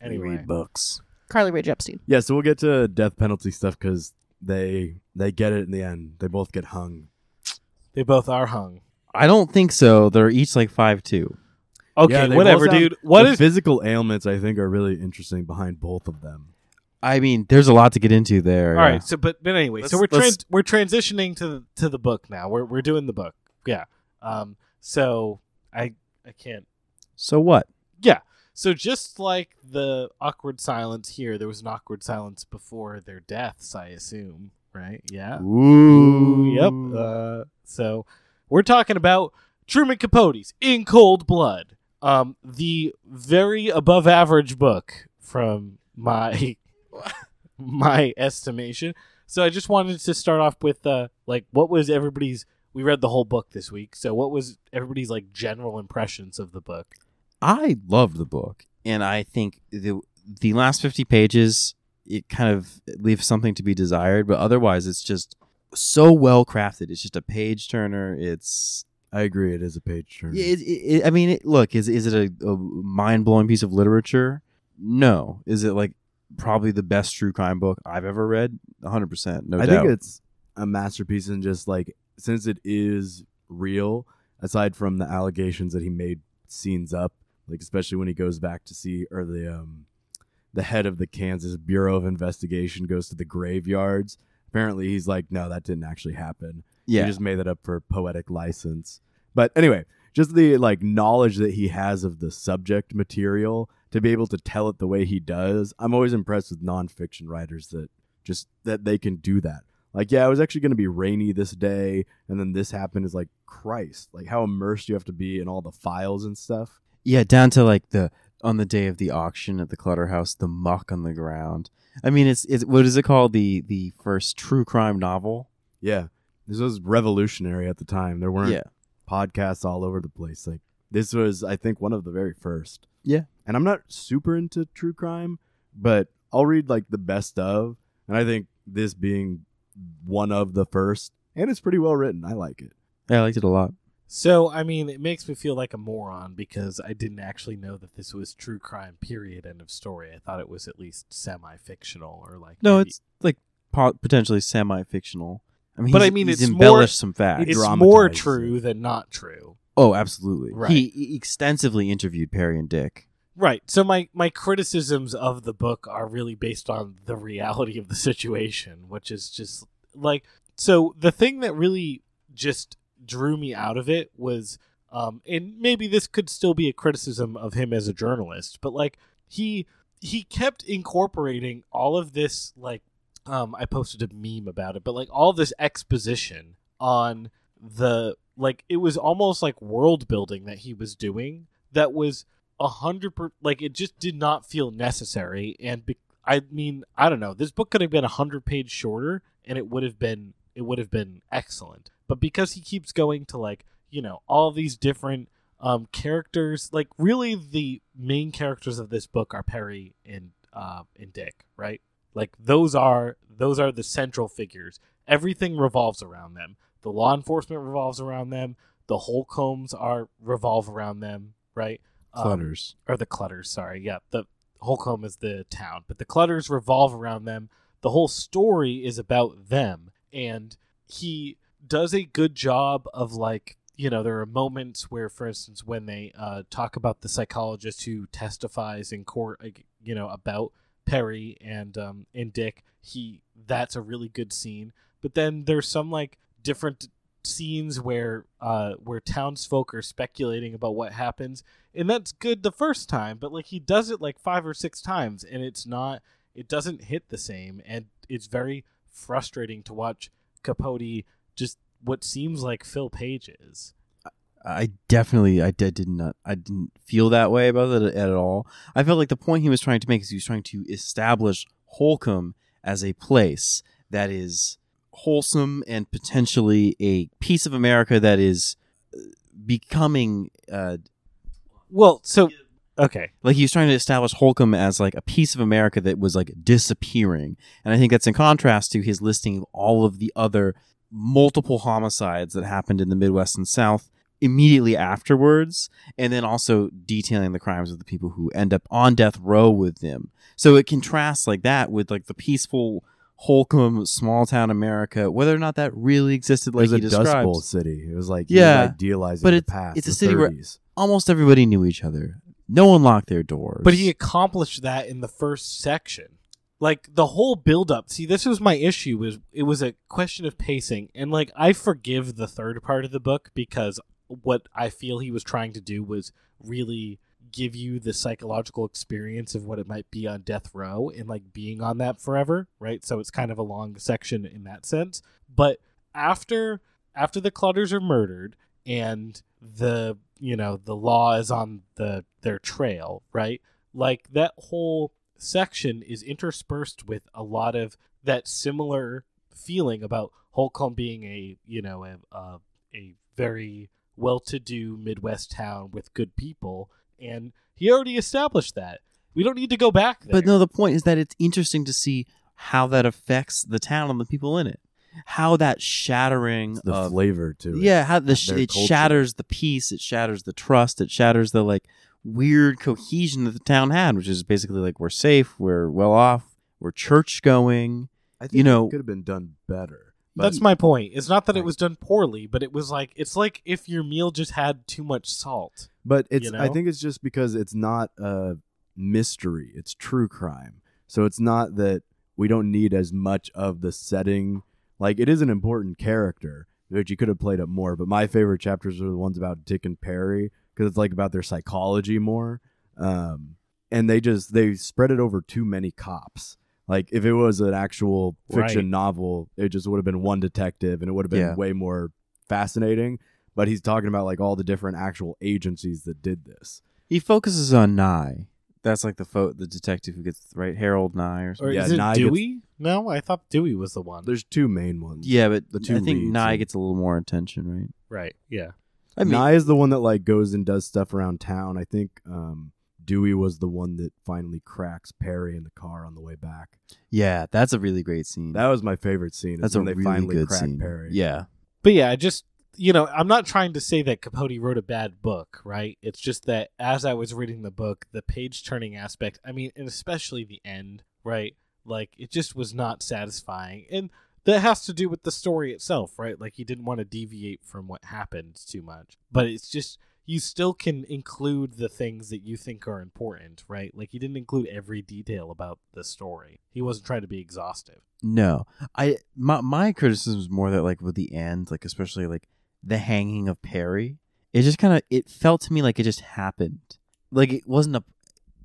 Speaker 1: yeah. Anyway.
Speaker 4: read books.
Speaker 3: Carly Rae Jepsen.
Speaker 2: Yeah, so we'll get to death penalty stuff because they they get it in the end. They both get hung.
Speaker 1: They both are hung.
Speaker 4: I don't think so. They're each like five two.
Speaker 1: Okay,
Speaker 2: Yeah, they both
Speaker 1: whatever,
Speaker 2: have-
Speaker 1: dude. What
Speaker 2: the
Speaker 1: is
Speaker 2: physical ailments? I think are really interesting behind both of them.
Speaker 4: I mean, there's a lot to get into there.
Speaker 1: All right. So, but but anyway, so we're
Speaker 4: Let's- let's-
Speaker 1: trans- we're transitioning to the, to the book now. We're we're doing the book. Yeah. Um. So I I can't.
Speaker 4: So what?
Speaker 1: So just like the awkward silence here, there was an awkward silence before their deaths. I assume. Right. Yeah.
Speaker 4: Ooh.
Speaker 1: Yep. Uh, so we're talking about Truman Capote's In Cold Blood, um, the very above average book from my [laughs] my estimation. So I just wanted to start off with uh, like what was everybody's. We read the whole book this week, so what was everybody's like general impressions of the book?
Speaker 4: I loved the book, and I think the the last fifty pages it kind of leaves something to be desired, but otherwise it's just so well crafted. It's just a page turner. It's
Speaker 2: I agree. It is a page turn.
Speaker 4: Yeah, it, it, it- I mean, it, look, is is it a, a mind blowing piece of literature? No. Is it like probably the best true crime book I've ever read? One hundred percent, no
Speaker 2: I
Speaker 4: doubt.
Speaker 2: think it's a masterpiece in just like since it is real. Aside from the allegations that he made scenes up, like especially when he goes back to see or the um the head of the Kansas Bureau of Investigation goes to the graveyards. Apparently, he's like, no, that didn't actually happen.
Speaker 4: yeah,
Speaker 2: He just made that up for poetic license. But anyway, just the like knowledge that he has of the subject material to be able to tell it the way he does. I'm always impressed with nonfiction writers that just that they can do that. like, yeah, it was actually going to be rainy this day, and then this happened. Is like Christ, like how immersed you have to be in all the files and stuff.
Speaker 4: Yeah, down to like the on the day of the auction at the Clutterhouse, the muck on the ground. I mean, it's it's what is it called? The the first true crime novel.
Speaker 2: Yeah, this was revolutionary at the time. There weren't
Speaker 4: Yeah,
Speaker 2: podcasts all over the place. Like this was, I think, one of the very first.
Speaker 4: Yeah.
Speaker 2: And I'm not super into true crime, but I'll read like the best of, and I think this being one of the first, and it's pretty well written. I like it.
Speaker 4: I liked it a lot.
Speaker 1: So, I mean, it makes me feel like a moron because I didn't actually know that this was true crime, period, end of story. I thought it was at least semi fictional or like.
Speaker 4: No,
Speaker 1: maybe-
Speaker 4: it's like po- potentially semi-fictional. I mean,
Speaker 1: But
Speaker 4: he's-
Speaker 1: I mean,
Speaker 4: he's
Speaker 1: it's
Speaker 4: embellished
Speaker 1: more-
Speaker 4: some facts.
Speaker 1: it's
Speaker 2: dramatized
Speaker 1: more
Speaker 2: it.
Speaker 1: true than not true.
Speaker 4: oh, absolutely.
Speaker 1: Right.
Speaker 4: He, he extensively interviewed Perry and Dick.
Speaker 1: Right. So, my, my criticisms of the book are really based on the reality of the situation, which is just like. So, the thing that really just drew me out of it was. Um, and maybe this could still be a criticism of him as a journalist, but like he he kept incorporating all of this like um i posted a meme about it but like all this exposition on the like it was almost like world building that he was doing that was a hundred per like it just did not feel necessary and be- i mean i don't know this book could have been a hundred page shorter and it would have been it would have been excellent but because he keeps going to like you know all these different um, characters. Like really, the main characters of this book are Perry and uh, and Dick, right? Like those are those are the central figures. Everything revolves around them. The law enforcement revolves around them. The Holcombs are revolve around them, right? Um,
Speaker 4: Clutters.
Speaker 1: or the clutters sorry yeah the holcomb is the town but the clutters revolve around them the whole story is about them and he does a good job of like you know there are moments where for instance when they uh, talk about the psychologist who testifies in court like, you know about perry and um and dick he that's a really good scene but then there's some like different scenes where uh where townsfolk are speculating about what happens and that's good the first time but like he does it like five or six times and it's not it doesn't hit the same and it's very frustrating to watch capote just what seems like phil page is
Speaker 4: I definitely, I did, did not, I didn't feel that way about it at all. I felt like the point he was trying to make is he was trying to establish Holcomb as a place that is wholesome and potentially a piece of America that is uh, becoming, uh,
Speaker 1: well so okay
Speaker 4: like he was trying to establish Holcomb as like a piece of America that was like disappearing. And I think that's in contrast to his listing of all of the other multiple homicides that happened in the Midwest and South immediately afterwards, and then also detailing the crimes of the people who end up on death row with them. So it contrasts like that with like the peaceful Holcomb small town America, whether or not that really existed
Speaker 2: It
Speaker 4: like
Speaker 2: was
Speaker 4: he
Speaker 2: a Dust Bowl
Speaker 4: describes.
Speaker 2: city. It was like
Speaker 4: Yeah,
Speaker 2: yeah, idealizing
Speaker 4: but
Speaker 2: the
Speaker 4: it's-
Speaker 2: past.
Speaker 4: it's a
Speaker 2: the
Speaker 4: city where-
Speaker 2: 30s.
Speaker 4: Almost everybody knew each other. No one locked their doors.
Speaker 1: But he accomplished that in the first section. Like the whole build up. See, this was my issue was it was a question of pacing and like I forgive the third part of the book because what I feel he was trying to do was really give you the psychological experience of what it might be on death row and like being on that forever, right? So it's kind of a long section in that sense. But after after the clutters are murdered and the you know the law is on the their trail right like that whole section is interspersed with a lot of that similar feeling about holcomb being a you know a, a, a very well-to-do midwest town with good people and he already established that we don't need to go back there.
Speaker 4: But no, the point is that it's interesting to see how that affects the town and the people in it. How that shattering
Speaker 2: The
Speaker 4: of
Speaker 2: flavor to it.
Speaker 4: yeah, how the sh-
Speaker 2: their
Speaker 4: it
Speaker 2: culture.
Speaker 4: shatters the peace, it shatters the trust, it shatters the like weird cohesion that the town had, which is basically like we're safe, we're well off, we're church going.
Speaker 2: I think
Speaker 4: you know-
Speaker 2: it could have been done better. But
Speaker 1: that's my point it's not that it
Speaker 2: Right.
Speaker 1: was done poorly but it was like it's like if your meal just had too much salt
Speaker 2: But it's
Speaker 1: you
Speaker 2: I
Speaker 1: know?
Speaker 2: think it's just because it's not a mystery, it's true crime. So it's not that we don't need as much of the setting. Like it is an important character, which you could have played up more, but my favorite chapters are the ones about Dick and Perry because it's like about their psychology more. Um and they just they spread it over too many cops. Like if it was an actual fiction
Speaker 1: Right.
Speaker 2: novel, it just would have been one detective and it would have been
Speaker 4: Yeah.
Speaker 2: way more fascinating. But he's talking about like all the different actual agencies that did this.
Speaker 4: He focuses on Nye. That's like the fo- the detective who gets right Harold Nye or something.
Speaker 1: Or
Speaker 2: Yeah,
Speaker 1: is it
Speaker 2: Nye gets-
Speaker 1: Dewey? No, I thought Dewey was the one.
Speaker 2: There's two main ones.
Speaker 4: yeah, but
Speaker 2: The two
Speaker 4: I think
Speaker 2: leads
Speaker 4: Nye
Speaker 2: and-
Speaker 4: gets a little more attention, right?
Speaker 1: Right. Yeah.
Speaker 4: I mean,
Speaker 2: Nye is the one that like goes and does stuff around town. I think um, Dewey was the one that finally cracks Perry in the car on the way back.
Speaker 4: yeah, that's a really great scene.
Speaker 2: That was my favorite scene. is
Speaker 4: that's a
Speaker 2: when they
Speaker 4: really
Speaker 2: finally
Speaker 4: good
Speaker 2: crack
Speaker 4: scene.
Speaker 2: Perry.
Speaker 4: Yeah,
Speaker 1: But yeah, I just you know, I'm not trying to say that Capote wrote a bad book, right? It's just that as I was reading the book, the page turning aspect, I mean, and especially the end, right? Like it just was not satisfying. And that has to do with the story itself, right? Like he didn't want to deviate from what happened too much. But it's just you still can include the things that you think are important, right? Like he didn't include every detail about the story. He wasn't trying to be exhaustive.
Speaker 4: no, I my my criticism is more that like with the end, like especially like the hanging of Perry, it just kind of it felt to me like it just happened. Like it wasn't a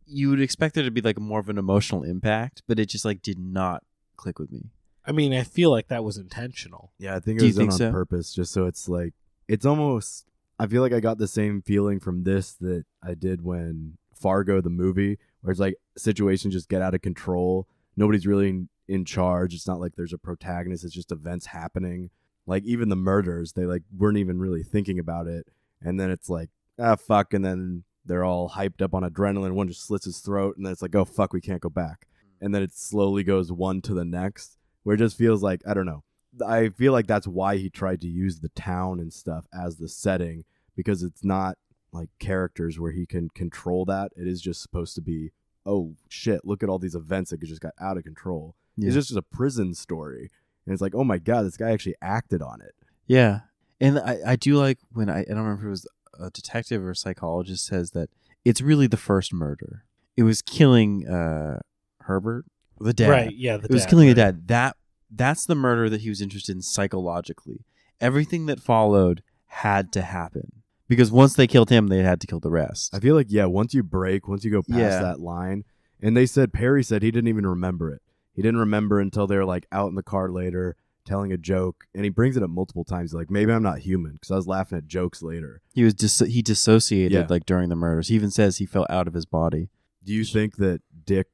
Speaker 4: you would expect there to be like more of an emotional impact, but it just like did not click with me.
Speaker 1: I mean, I feel like that was intentional.
Speaker 2: Yeah, I think it
Speaker 4: Do you
Speaker 2: was done
Speaker 4: think
Speaker 2: on
Speaker 4: so?
Speaker 2: purpose, just so it's like it's almost. I feel like I got the same feeling from this that I did when Fargo the movie, where it's like situations just get out of control. Nobody's really in, in charge. It's not like there's a protagonist. It's just events happening. Like even the murders, they like weren't even really thinking about it, and then it's like ah fuck, and then they're all hyped up on adrenaline. One just slits his throat, and then it's like oh fuck, we can't go back. And then it slowly goes one to the next, where it just feels like I don't know. I feel like that's why he tried to use the town and stuff as the setting because it's not like characters where he can control that. It is just supposed to be, oh shit, look at all these events that just got out of control.
Speaker 4: Yeah.
Speaker 2: It's just a prison story. And it's like, oh my God, this guy actually acted on it.
Speaker 4: Yeah, and I, I do like when I, I don't remember if it was a detective or a psychologist says that it's really the first murder. It was killing uh, Herbert, the dad.
Speaker 1: Right. Yeah. The
Speaker 4: it was
Speaker 1: dad,
Speaker 4: killing
Speaker 1: right.
Speaker 4: the dad. That that's the murder that he was interested in psychologically. Everything that followed had to happen because once they killed him, they had to kill the rest.
Speaker 2: I feel like, yeah, once you break, once you go past
Speaker 4: Yeah.
Speaker 2: that line, and they said, Perry said he didn't even remember it. He didn't remember until they were like out in the car later telling a joke. And he brings it up multiple times. He's like, maybe I'm not human because I was laughing at jokes later.
Speaker 4: He was dis- he dissociated
Speaker 2: Yeah.
Speaker 4: like during the murders. He even says he fell out of his body.
Speaker 2: Do you think that Dick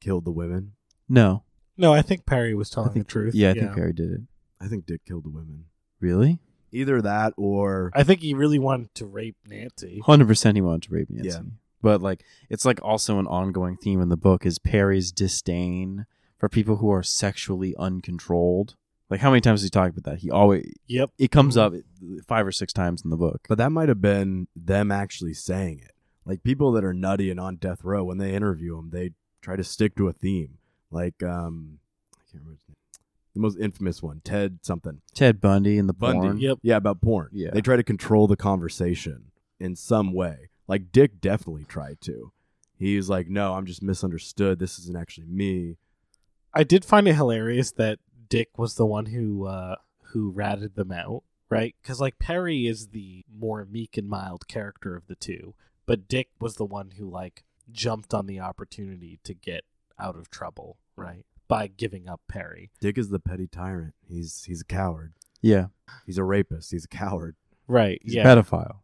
Speaker 2: killed the women?
Speaker 4: No,
Speaker 1: No, I think Perry was
Speaker 4: I
Speaker 1: telling
Speaker 4: think
Speaker 1: the truth.
Speaker 4: Yeah, I think Harry did it.
Speaker 2: I think Dick killed the women.
Speaker 4: Really,
Speaker 2: Either that or
Speaker 1: I think he really wanted to rape Nancy.
Speaker 4: Hundred percent, he wanted to rape Nancy.
Speaker 2: Yeah.
Speaker 4: But like, it's like also an ongoing theme in the book is Perry's disdain for people who are sexually uncontrolled. Like, how many times does he talk about that? He always
Speaker 1: Yep.
Speaker 4: it comes up five or six times in the book.
Speaker 2: but that might have been them actually saying it. Like people that are nutty and on death row when they interview them, they try to stick to a theme. Like um I can't remember his name. The most infamous one, Ted something.
Speaker 4: Ted Bundy in the
Speaker 2: Bundy.
Speaker 4: porn.
Speaker 1: Yep.
Speaker 2: Yeah, about porn.
Speaker 4: Yeah.
Speaker 2: They try to control the conversation in some way. Like Dick definitely tried to. He's like, "No, I'm just misunderstood. This isn't actually me."
Speaker 1: I did find it hilarious that Dick was the one who uh who ratted them out, right? Cuz like Perry is the more meek and mild character of the two, but Dick was the one who like jumped on the opportunity to get out of trouble, right? By giving up Perry.
Speaker 2: Dick is the petty tyrant. He's he's a coward.
Speaker 4: Yeah,
Speaker 2: He's a rapist. He's a coward.
Speaker 1: Right.
Speaker 4: he's
Speaker 1: yeah.
Speaker 4: a pedophile.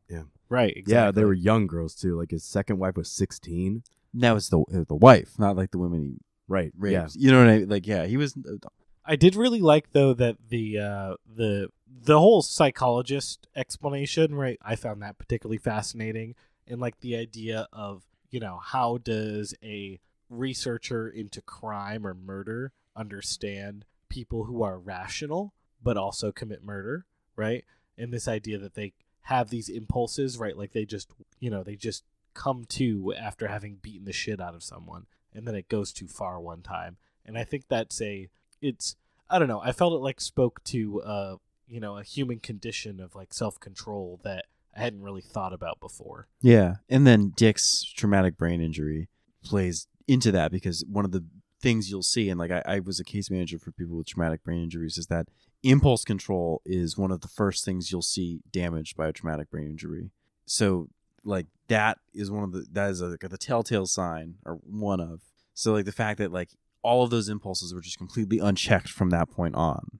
Speaker 1: Right. Exactly.
Speaker 2: Yeah, they were young girls too. Like his second wife was 16.
Speaker 4: Now it's the uh, the wife, not like the women he
Speaker 2: Right.
Speaker 4: rapes.
Speaker 2: Yeah.
Speaker 4: You know what I mean? Like, yeah, he was. uh,
Speaker 1: I did really like though that the uh, the the whole psychologist explanation, right? I found that particularly fascinating, and like the idea of you know how does a researcher into crime or murder understand people who are rational but also commit murder, right? And this idea that they have these impulses, right? Like they just you know they just come to after having beaten the shit out of someone, and then it goes too far one time, and I think that's a it's I don't know. I felt it like spoke to uh you know a human condition of like self control that I hadn't really thought about before.
Speaker 4: Yeah, and then Dick's traumatic brain injury plays into that because one of the things you'll see, and like I, I was a case manager for people with traumatic brain injuries, is that impulse control is one of the first things you'll see damaged by a traumatic brain injury. So like that is one of the that is a, the telltale sign or one of. So like the fact that like all of those impulses were just completely unchecked from that point on,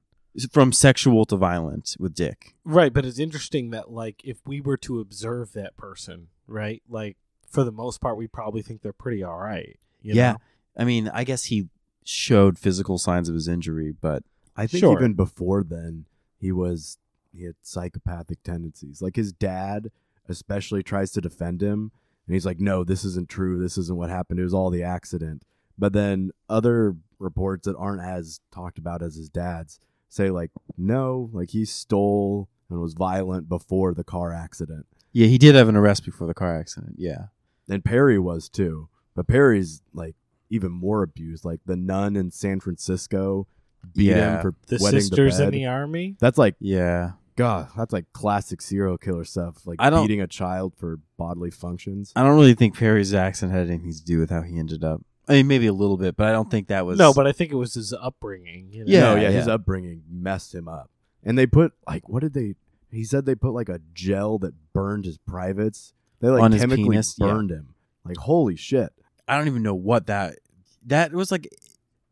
Speaker 4: from sexual to violent with Dick.
Speaker 1: Right, but it's interesting that like if we were to observe that person, right? Like for the most part, we probably think they're pretty all right. you
Speaker 4: yeah,
Speaker 1: know?
Speaker 4: I mean, I guess he showed physical signs of his injury, but
Speaker 2: I think
Speaker 1: Sure.
Speaker 2: even before then, he was he had psychopathic tendencies. Like his dad, especially, tries to defend him, and he's like, "No, this isn't true. This isn't what happened. It was all the accident." But then other reports that aren't as talked about as his dad's say like, "No, like he stole and was violent before the car accident."
Speaker 4: yeah, he did have an arrest before the car accident. Yeah,
Speaker 2: And Perry was too, but Perry's like even more abused. Like the nun in San Francisco beat
Speaker 4: Yeah.
Speaker 2: him for
Speaker 1: the
Speaker 2: wetting
Speaker 1: sisters
Speaker 2: the bed.
Speaker 1: in the army.
Speaker 2: That's like
Speaker 4: yeah.
Speaker 2: God, that's like classic serial killer stuff, like
Speaker 4: I don't-
Speaker 2: beating a child for bodily functions.
Speaker 4: I don't really think Perry's accident had anything to do with how he ended up. I mean, maybe a little bit, but I don't think that was
Speaker 1: No, but I think it was his upbringing. You know?
Speaker 4: Yeah,
Speaker 2: no, yeah, his
Speaker 4: yeah.
Speaker 2: upbringing messed him up. And they put like, what did they? He said they put like a gel that burned his privates. They like
Speaker 4: On his
Speaker 2: chemically
Speaker 4: penis, yeah.
Speaker 2: burned him. Like, holy shit!
Speaker 4: I don't even know what that that was like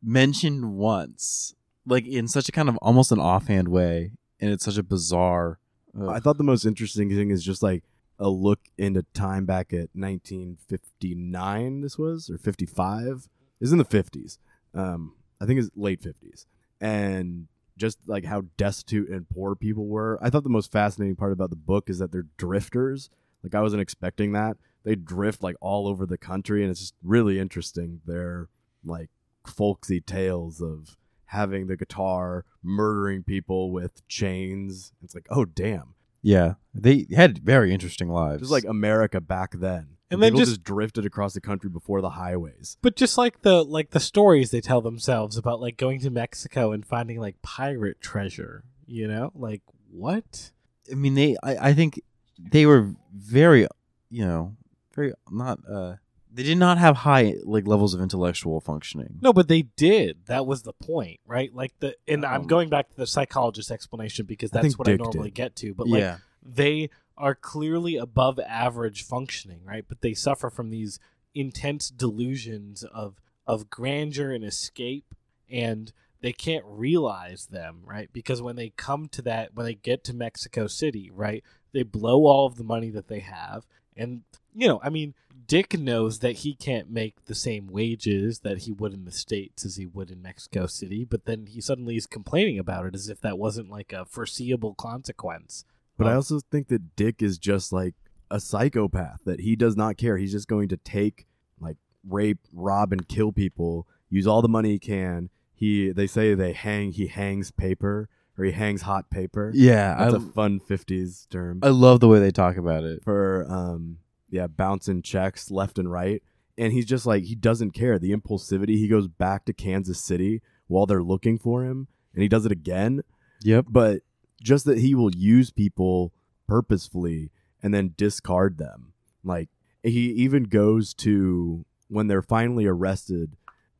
Speaker 4: mentioned once, like in such a kind of almost an offhand way, and it's such a bizarre. ugh.
Speaker 2: I thought the most interesting thing is just like a look into time back at 1959. This was or 55. It's in the 50s. Um, I think it's late 50s, and just like how destitute and poor people were. I thought the most fascinating part about the book is that they're drifters. Like I wasn't expecting that. They drift like all over the country, and it's just really interesting. Their like folksy tales of having the guitar, murdering people with chains. It's like, oh damn.
Speaker 4: yeah, they had very interesting lives.
Speaker 2: Just like America back then.
Speaker 1: And then
Speaker 2: people
Speaker 1: just-
Speaker 2: just, drifted across the country before the highways.
Speaker 1: But just like the like the stories they tell themselves about like going to Mexico and finding like pirate treasure, you know, like what?
Speaker 4: I mean, they. I, I think they were very, you know, very not. uh They did not have high like levels of intellectual functioning.
Speaker 1: No, but they did. That was the point, right? Like the and I'm
Speaker 4: Um,
Speaker 1: going back to the psychologist explanation because
Speaker 2: I
Speaker 1: that's
Speaker 2: think
Speaker 1: what
Speaker 2: Dick
Speaker 1: I normally
Speaker 2: did.
Speaker 1: get to. But like
Speaker 4: yeah,
Speaker 1: they are clearly above average functioning, right? But they suffer from these intense delusions of of grandeur and escape and they can't realize them, right? Because when they come to that when they get to Mexico City, right? They blow all of the money that they have and you know, I mean, Dick knows that he can't make the same wages that he would in the States as he would in Mexico City, but then he suddenly is complaining about it as if that wasn't like a foreseeable consequence.
Speaker 2: But I
Speaker 1: Um,
Speaker 2: also think that Dick is just like a psychopath, that he does not care. He's just going to take like rape, rob, and kill people, use all the money he can. He they say they hang he hangs paper or he hangs hot paper.
Speaker 4: yeah.
Speaker 2: That's
Speaker 4: I
Speaker 2: a fun fifties term.
Speaker 4: I love the way they talk about it.
Speaker 2: for um yeah bouncing checks left and right and he's just like he doesn't care the impulsivity he goes back to kansas city while they're looking for him and he does it again
Speaker 4: Yep.
Speaker 2: but just that he will use people purposefully and then discard them like he even goes to when they're finally arrested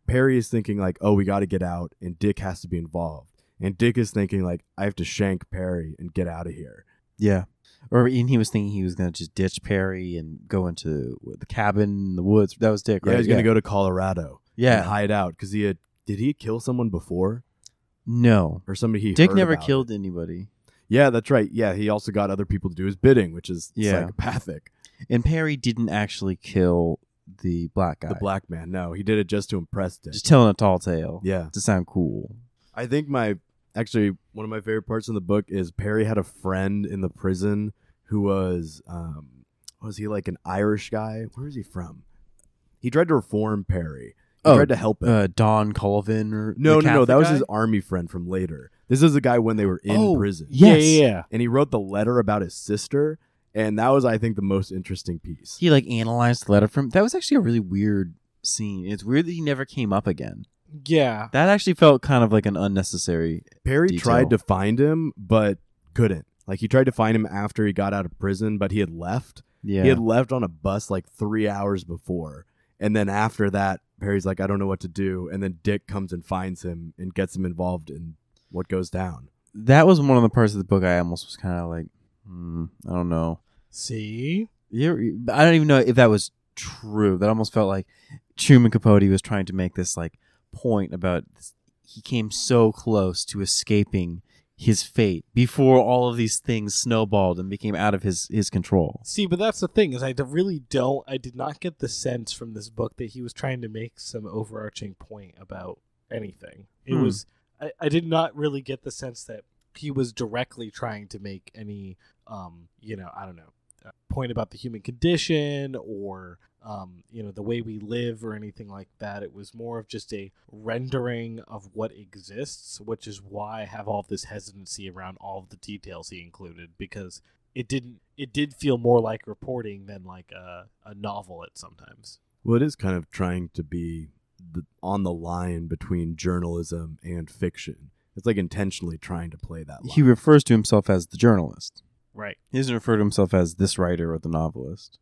Speaker 2: perry is thinking like oh we got to get out and dick has to be involved and dick is thinking like i have to shank perry and get out of here
Speaker 4: Yeah. Or and he was thinking he was gonna just ditch Perry and go into what, the cabin in the woods. That was Dick, right?
Speaker 2: yeah he's gonna go to colorado
Speaker 4: Yeah.
Speaker 2: and hide out because he had did he kill someone before
Speaker 4: No.
Speaker 2: or somebody he
Speaker 4: Dick
Speaker 2: heard
Speaker 4: never
Speaker 2: about?
Speaker 4: killed anybody.
Speaker 2: yeah that's right yeah he also got other people to do his bidding which is
Speaker 4: Yeah.
Speaker 2: psychopathic
Speaker 4: And Perry didn't actually kill the black guy.
Speaker 2: the black man no he did it just to impress Dick.
Speaker 4: just telling a tall tale.
Speaker 2: yeah
Speaker 4: To sound cool.
Speaker 2: I think my actually one of my favorite parts in the book is Perry had a friend in the prison who was um was he like an Irish guy where is he from he tried to reform Perry he
Speaker 4: Oh,
Speaker 2: tried to help him
Speaker 4: Uh, Don Colvin or
Speaker 2: no
Speaker 4: the
Speaker 2: no no that
Speaker 4: Catholic
Speaker 2: was
Speaker 4: guy?
Speaker 2: his army friend from later this is the guy when they were in
Speaker 4: Oh,
Speaker 2: prison
Speaker 1: Yeah,
Speaker 4: Yes.
Speaker 1: yeah, yeah.
Speaker 2: and he wrote the letter about his sister and that was i think the most interesting piece
Speaker 4: He like analyzed the letter from that was actually a really weird scene. It's weird that he never came up again.
Speaker 1: Yeah.
Speaker 4: That actually felt kind of like an unnecessary
Speaker 2: perry
Speaker 4: Detail.
Speaker 2: tried to find him but couldn't like he tried to find him after he got out of prison but he had left
Speaker 4: yeah.
Speaker 2: he had left on a bus like three hours before and then after that perry's like i don't know what to do and then dick comes and finds him and gets him involved in what goes down
Speaker 4: that was one of the parts of the book I almost was kind of like, hmm, I don't know.
Speaker 1: See?
Speaker 4: you I don't even know if that was true. That almost felt like Truman Capote was trying to make this like point about this, he came so close to escaping his fate before all of these things snowballed and became out of his his control.
Speaker 1: See, but that's the thing is I d- really don't. I did not get the sense from this book that he was trying to make some overarching point about anything. It
Speaker 4: Hmm.
Speaker 1: was I, I did not really get the sense that he was directly trying to make any um you know I don't know uh, point about the human condition or um you know the way we live or anything like that. It was more of just a rendering of what exists, which is why I have all this hesitancy around all of the details he included because it didn't it did feel more like reporting than like a, a novel at sometimes
Speaker 2: Well, it is kind of trying to be the, on the line between journalism and fiction. It's like intentionally trying to play that line.
Speaker 4: He refers to himself as the journalist.
Speaker 1: right
Speaker 4: He doesn't refer to himself as this writer or the novelist.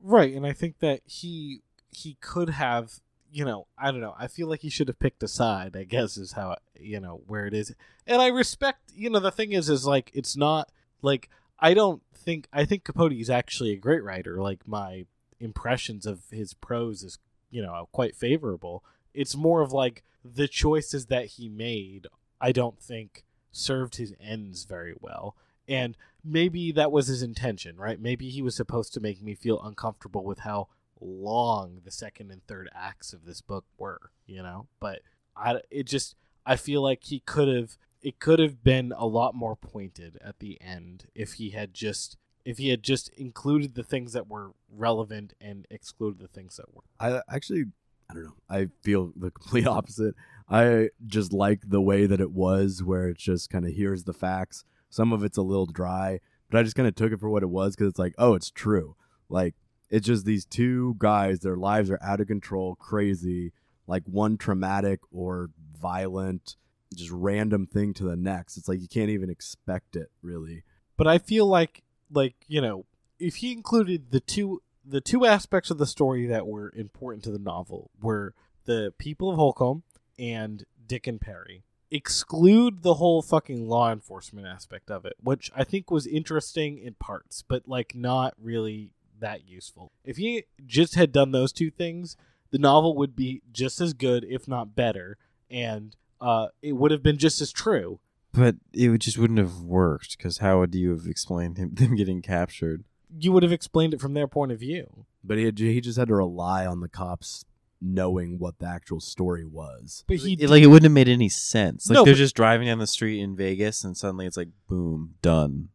Speaker 1: right and i think that he he could have you know i don't know i feel like he should have picked a side i guess is how you know where it is and i respect you know the thing is is like it's not like i don't think i think capote is actually a great writer like my impressions of his prose is you know quite favorable it's more of like the choices that he made i don't think served his ends very well and maybe that was his intention right maybe he was supposed to make me feel uncomfortable with how long the second and third acts of this book were you know but i it just i feel like he could have it could have been a lot more pointed at the end if he had just if he had just included the things that were relevant and excluded the things that were
Speaker 2: I actually, I don't know. I feel the [laughs] complete opposite. I just like the way that it was, where it's just kind of here's the facts. Some of it's a little dry, but I just kind of took it for what it was because it's like, oh, it's true. Like it's just these two guys, their lives are out of control, crazy. Like one traumatic or violent, just random thing to the next. It's like you can't even expect it, really.
Speaker 1: but I feel like like you know if he included the two the two aspects of the story that were important to the novel were the people of Holcomb and Dick and Perry. Exclude the whole fucking law enforcement aspect of it, which I think was interesting in parts, but like not really that useful. If he just had done those two things, the novel would be just as good, if not better, and uh, it would have been just as true.
Speaker 4: But it would- just wouldn't have worked because how would you have explained him [laughs] them getting captured?
Speaker 1: You would have explained it from their point of view.
Speaker 2: But he had, he just had to rely on the cops knowing what the actual story was.
Speaker 1: But he
Speaker 4: It- like it wouldn't have made any sense. Like
Speaker 1: No,
Speaker 4: they're
Speaker 1: but-
Speaker 4: just driving down the street in Vegas and suddenly it's like boom, done.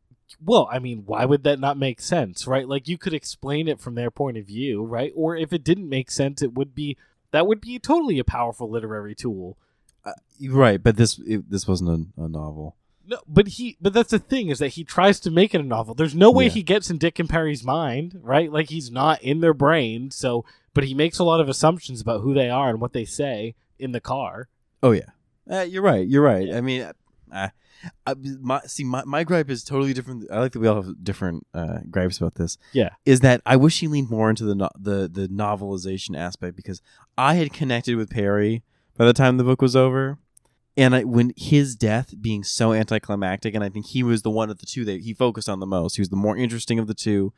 Speaker 1: well, I mean, why would that not make sense, right? Like you could explain it from their point of view, right? Or if it didn't make sense, it would be that would be totally a powerful literary tool.
Speaker 4: Uh, Right, but this it, this wasn't a, a novel.
Speaker 1: No, but he but that's the thing is that he tries to make it a novel. There's no way
Speaker 4: Yeah.
Speaker 1: he gets in Dick and Perry's mind, right? Like he's not in their brain, so but he makes a lot of assumptions about who they are and what they say in the car.
Speaker 4: Oh yeah, uh, you're right. You're right. I mean, I, I, my see, my, my gripe is totally different. I like that we all have different uh, gripes about this.
Speaker 1: Yeah.
Speaker 4: is that I wish he leaned more into the no- the the novelization aspect because I had connected with Perry by the time the book was over, and I, when his death being so anticlimactic, and I think he was the one of the two that he focused on the most. He was the more interesting of the two.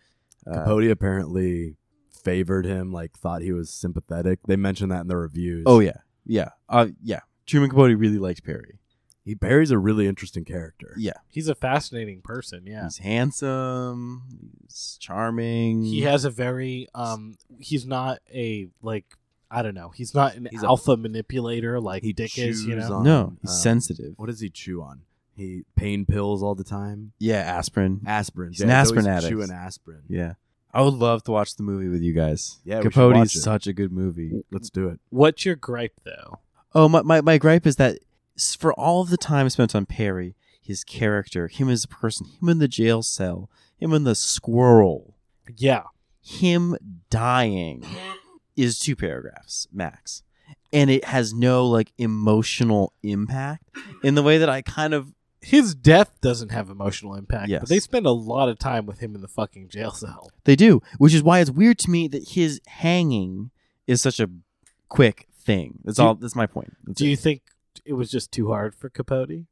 Speaker 4: Uh,
Speaker 2: Capote apparently favored him, like thought he was sympathetic. They mentioned that in the reviews.
Speaker 4: oh yeah, yeah, uh, yeah. Truman Capote really liked Perry.
Speaker 2: he Barry's a really interesting character.
Speaker 4: Yeah.
Speaker 1: He's a fascinating person, yeah.
Speaker 4: He's handsome. He's charming.
Speaker 1: he
Speaker 2: Mm.
Speaker 1: has a very um he's not a like i don't know he's not an
Speaker 2: He's a-
Speaker 1: alpha manipulator like
Speaker 2: He
Speaker 1: dick is you
Speaker 2: chews
Speaker 1: know
Speaker 2: on-
Speaker 4: no. He's
Speaker 2: um,
Speaker 4: sensitive.
Speaker 2: What does he chew on? He pain pills all the time.
Speaker 4: Yeah, aspirin.
Speaker 2: Aspirin.
Speaker 4: He's an
Speaker 2: he's always
Speaker 4: aspirin addict.
Speaker 2: Chewing aspirin.
Speaker 4: yeah, I would love to watch the movie with you guys.
Speaker 2: Yeah, we should
Speaker 4: Capote
Speaker 2: watch it.
Speaker 4: is such a good movie.
Speaker 2: Let's do it.
Speaker 1: what's your gripe though
Speaker 4: Oh, my, my my gripe is that s- for all of the time spent on Perry, his character, him as a person, him in the jail cell, him in the squirrel,
Speaker 1: yeah
Speaker 4: him
Speaker 2: [gasps]
Speaker 4: dying is two paragraphs max and it has no like emotional impact in the way that i kind of
Speaker 1: his death doesn't have emotional impact
Speaker 4: Yes.
Speaker 1: but they spend a lot of time with him in the fucking jail cell
Speaker 4: They do, which is why it's weird to me that his hanging is such a quick thing. That's
Speaker 1: Do you-
Speaker 4: all. That's my point. That's
Speaker 1: do you
Speaker 4: it.
Speaker 1: think it was just too hard for capote you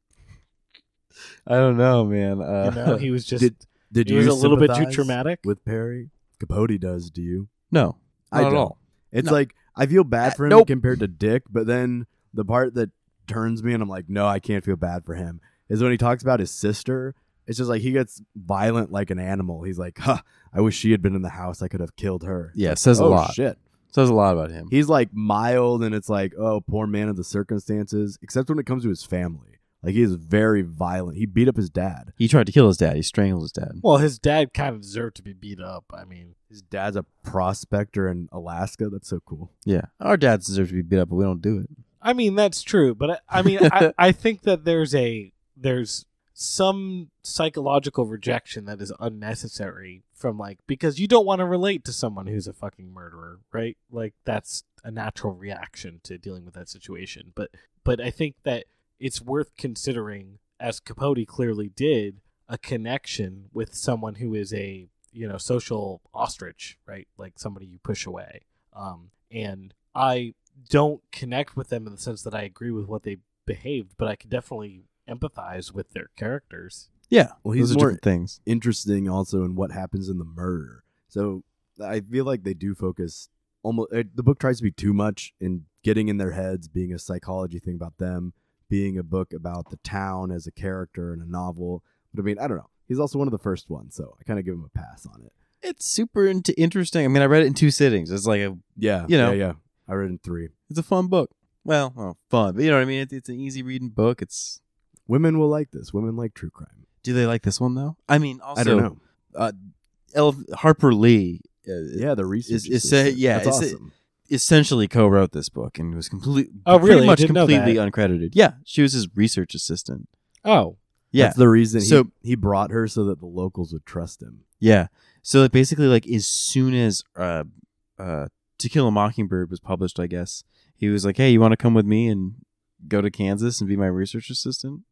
Speaker 4: I don't know, man. Uh,
Speaker 1: know he
Speaker 2: [laughs]
Speaker 1: was just
Speaker 2: did Did
Speaker 1: he
Speaker 2: you
Speaker 1: was a little bit too
Speaker 2: sympathize
Speaker 1: traumatic
Speaker 2: with Perry? Capote does. Do you?
Speaker 4: no,
Speaker 2: I
Speaker 4: not at
Speaker 2: don't.
Speaker 4: all.
Speaker 2: It's
Speaker 4: No. Uh,
Speaker 2: like I feel bad for him
Speaker 4: Nope.
Speaker 2: compared to Dick, but then the part that turns me and I'm like, no, I can't feel bad for him is when he talks about his sister. It's just like he gets violent like an animal. He's like, huh, I wish she had been in the house. I could have killed her.
Speaker 4: Yeah, it says
Speaker 2: oh,
Speaker 4: a lot.
Speaker 2: shit.
Speaker 4: Says a lot about him.
Speaker 2: He's like mild and it's like, oh, poor man of the circumstances, except when it comes to his family. Like he is very violent. He beat up his dad.
Speaker 4: He tried to kill his dad. He strangled his dad.
Speaker 1: Well, his dad kind of deserved to be beat up. I mean,
Speaker 2: His dad's a prospector in Alaska. That's so cool.
Speaker 4: Yeah, our dads deserve to be beat up, but we don't do it.
Speaker 1: I mean that's true, but I, I mean I, I think that there's a there's some psychological rejection that is unnecessary from like because you don't want to relate to someone who's a fucking murderer, right? Like that's a natural reaction to dealing with that situation. But but I think that it's worth considering as Capote clearly did a connection with someone who is a you know social ostrich, right? Like somebody you push away. Um, and I don't connect with them in the sense that I agree with what they behaved, but I can definitely empathize with their characters.
Speaker 4: Yeah,
Speaker 2: Well, he's
Speaker 4: those are
Speaker 2: more-
Speaker 4: different things.
Speaker 2: interesting also in what happens in the murder. So I feel like they do focus almost. It, the book tries to be too much in getting in their heads, being a psychology thing about them, being a book about the town as a character and a novel. But I mean, I don't know. He's also one of the first ones, so I kind of give him a pass on it.
Speaker 4: It's super int interesting. I mean, I read it in two sittings. It's like a,
Speaker 2: Yeah,
Speaker 4: You know.
Speaker 2: yeah, yeah. I read in three.
Speaker 4: it's a fun book. Well, well, fun, but you know what I mean. It's, it's an easy reading book. It's
Speaker 2: Women will like this. Women like true crime.
Speaker 4: do they like this one though? I mean, also
Speaker 2: I don't know.
Speaker 4: El- Harper Lee. Uh,
Speaker 2: Yeah, the research.
Speaker 4: it's- it's a-
Speaker 2: assistant.
Speaker 4: yeah,
Speaker 2: that's
Speaker 4: it's a-
Speaker 2: awesome.
Speaker 4: essentially co-wrote this book and was complete.
Speaker 1: Oh, really?
Speaker 4: Pretty much
Speaker 1: Didn't know
Speaker 4: completely
Speaker 1: that.
Speaker 4: uncredited. Yeah, she was his research assistant.
Speaker 1: Oh,
Speaker 4: Yeah,
Speaker 2: that's the reason.
Speaker 4: So-
Speaker 2: he, he brought her so that the locals would trust him.
Speaker 4: Yeah. So like, basically, like as soon as uh, uh, To Kill a Mockingbird was published, I guess he was like, "Hey, you want to come with me and go to Kansas and be my research assistant?"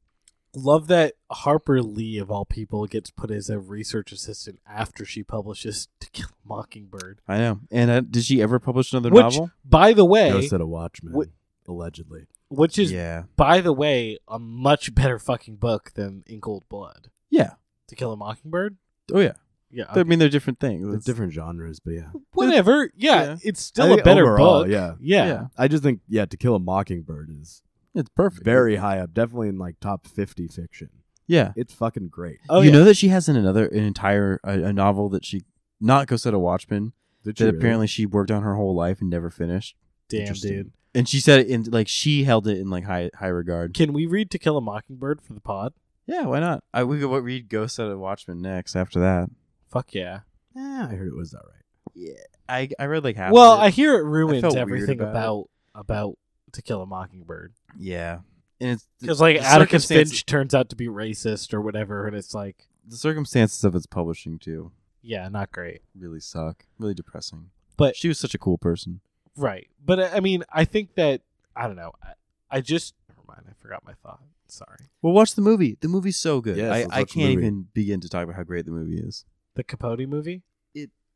Speaker 1: love that Harper Lee of all people gets put as a research assistant after she publishes [laughs] To Kill a Mockingbird.
Speaker 4: I know. And uh, did she ever publish another
Speaker 1: Which-
Speaker 4: novel?
Speaker 1: By the way,
Speaker 2: Ghost at a Watchman,
Speaker 1: Wh-
Speaker 2: allegedly.
Speaker 1: which is
Speaker 4: yeah.
Speaker 1: by the way a much better fucking book than In Cold Blood.
Speaker 4: Yeah.
Speaker 1: To Kill a Mockingbird.
Speaker 4: Oh yeah.
Speaker 1: Yeah,
Speaker 4: I mean, they're different things.
Speaker 2: They're
Speaker 4: It's-
Speaker 2: different genres, but yeah.
Speaker 1: whatever. Yeah,
Speaker 4: Yeah.
Speaker 1: it's
Speaker 2: I
Speaker 1: still a
Speaker 2: think
Speaker 1: better
Speaker 2: overall,
Speaker 1: book.
Speaker 2: Yeah.
Speaker 1: yeah.
Speaker 4: Yeah.
Speaker 2: I just think, yeah, To Kill a Mockingbird is
Speaker 4: It's perfect.
Speaker 2: very high up, definitely in like top 50 fiction.
Speaker 4: Yeah.
Speaker 2: It's fucking great.
Speaker 1: Oh,
Speaker 4: you
Speaker 1: yeah.
Speaker 4: know that she has an another an entire a, a novel that she not Ghost at a Watchman
Speaker 2: Did
Speaker 4: that
Speaker 2: you really?
Speaker 4: apparently she worked on her whole life and never finished.
Speaker 1: damn
Speaker 2: Interesting.
Speaker 1: dude.
Speaker 4: And she said it in like she held it in like high high regard.
Speaker 1: Can we read To Kill a Mockingbird for the pod?
Speaker 4: Yeah, why not? I we could what, read Ghost at a Watchman next after that.
Speaker 1: Fuck yeah.
Speaker 2: Yeah, Eh, I heard it was that right.
Speaker 4: I I read like half. of
Speaker 1: Well,
Speaker 4: it.
Speaker 1: I hear it ruins
Speaker 4: felt weird
Speaker 1: everything
Speaker 4: about it.
Speaker 1: about about To Kill a Mockingbird
Speaker 4: [laughs] yeah, and it's
Speaker 1: because like
Speaker 4: the
Speaker 1: Atticus
Speaker 4: circumstances-
Speaker 1: Finch turns out to be racist or whatever, and it's like,
Speaker 4: The circumstances of its publishing too
Speaker 1: yeah, not great.
Speaker 4: really suck. Really depressing.
Speaker 1: But-
Speaker 4: she was such a cool person.
Speaker 1: Right, but I I mean, I think that I don't know. I, I just never mind. I forgot my thought. Sorry.
Speaker 4: Well, watch the movie. The movie's so good.
Speaker 2: Yes,
Speaker 4: I,
Speaker 2: let's
Speaker 4: I
Speaker 2: watch the
Speaker 4: can't
Speaker 2: movie.
Speaker 4: even begin to talk about how great the movie is.
Speaker 1: The Capote movie.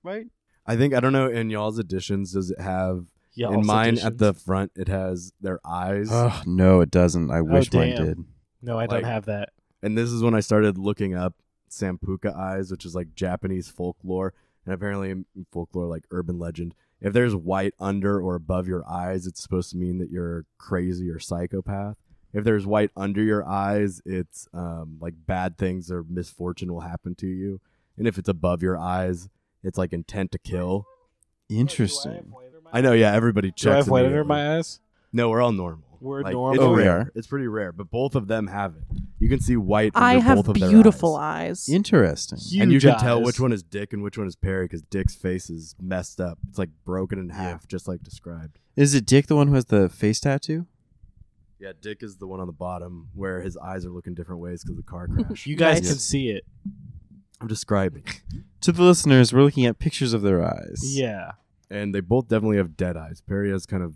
Speaker 4: Right?
Speaker 2: I think, I don't know, in y'all's editions, does it have,
Speaker 1: Yeah.
Speaker 2: in mine at the front, it has their eyes.
Speaker 4: Oh no, it doesn't. I wish mine
Speaker 1: damn.
Speaker 4: did.
Speaker 1: No, I don't
Speaker 2: like-
Speaker 1: have that.
Speaker 2: and this is when I started looking up Sampuka eyes, which is like Japanese folklore, and apparently in folklore, like urban legend. If there's white under or above your eyes, it's supposed to mean that you're crazy or psychopath. If there's white under your eyes, it's um, like bad things or misfortune will happen to you. And if it's above your eyes, it's like intent to kill.
Speaker 4: Interesting.
Speaker 2: I know, yeah, everybody checks.
Speaker 1: Do I have white under
Speaker 2: immediately.
Speaker 1: my eyes?
Speaker 2: No, we're all normal.
Speaker 1: We're
Speaker 2: Like,
Speaker 1: normal.
Speaker 2: It's
Speaker 4: Oh, we
Speaker 2: rare.
Speaker 4: are.
Speaker 2: It's pretty rare, but both of them have it. You can see white. Under
Speaker 3: I have
Speaker 2: both of their
Speaker 3: beautiful
Speaker 2: eyes.
Speaker 3: eyes.
Speaker 4: Interesting.
Speaker 1: Huge
Speaker 2: and you can tell
Speaker 1: eyes.
Speaker 2: which one is Dick and which one is Perry because Dick's face is messed up. It's like broken in half, just like described.
Speaker 4: Is it Dick the one who has the face tattoo?
Speaker 2: Yeah, Dick is the one on the bottom where his eyes are looking different ways because of the
Speaker 3: [laughs]
Speaker 2: car crash.
Speaker 1: You guys
Speaker 4: Nice.
Speaker 1: can see it.
Speaker 2: I'm describing,
Speaker 4: To the listeners, we're looking at pictures of their eyes.
Speaker 1: Yeah.
Speaker 2: [laughs] and they both definitely have dead eyes. Perry has kind of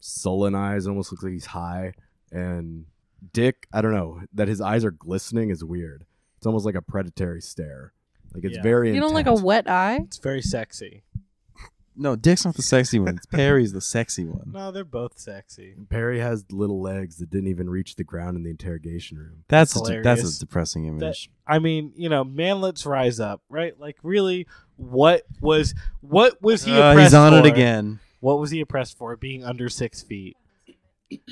Speaker 2: sullen eyes, almost looks like he's high, and Dick, I don't know that his eyes are glistening is weird. It's almost like a predatory stare. Like it's
Speaker 1: Yeah.
Speaker 2: very.
Speaker 3: You don't like a
Speaker 2: intense.
Speaker 3: wet eye?
Speaker 1: It's very sexy.
Speaker 4: No, Dick's not the
Speaker 1: [laughs]
Speaker 4: sexy one. It's Perry's the sexy one.
Speaker 1: No, they're both sexy.
Speaker 2: Perry has little legs that didn't even reach the ground in the interrogation room.
Speaker 4: That's a,
Speaker 1: Hilarious.
Speaker 4: that's a depressing image.
Speaker 1: I mean, you know, man, let's rise up, right? Like, really, what was what was he?
Speaker 4: Uh,
Speaker 1: oppressed
Speaker 4: he's on it
Speaker 1: for?
Speaker 4: again.
Speaker 1: What was he oppressed for? Being under six feet.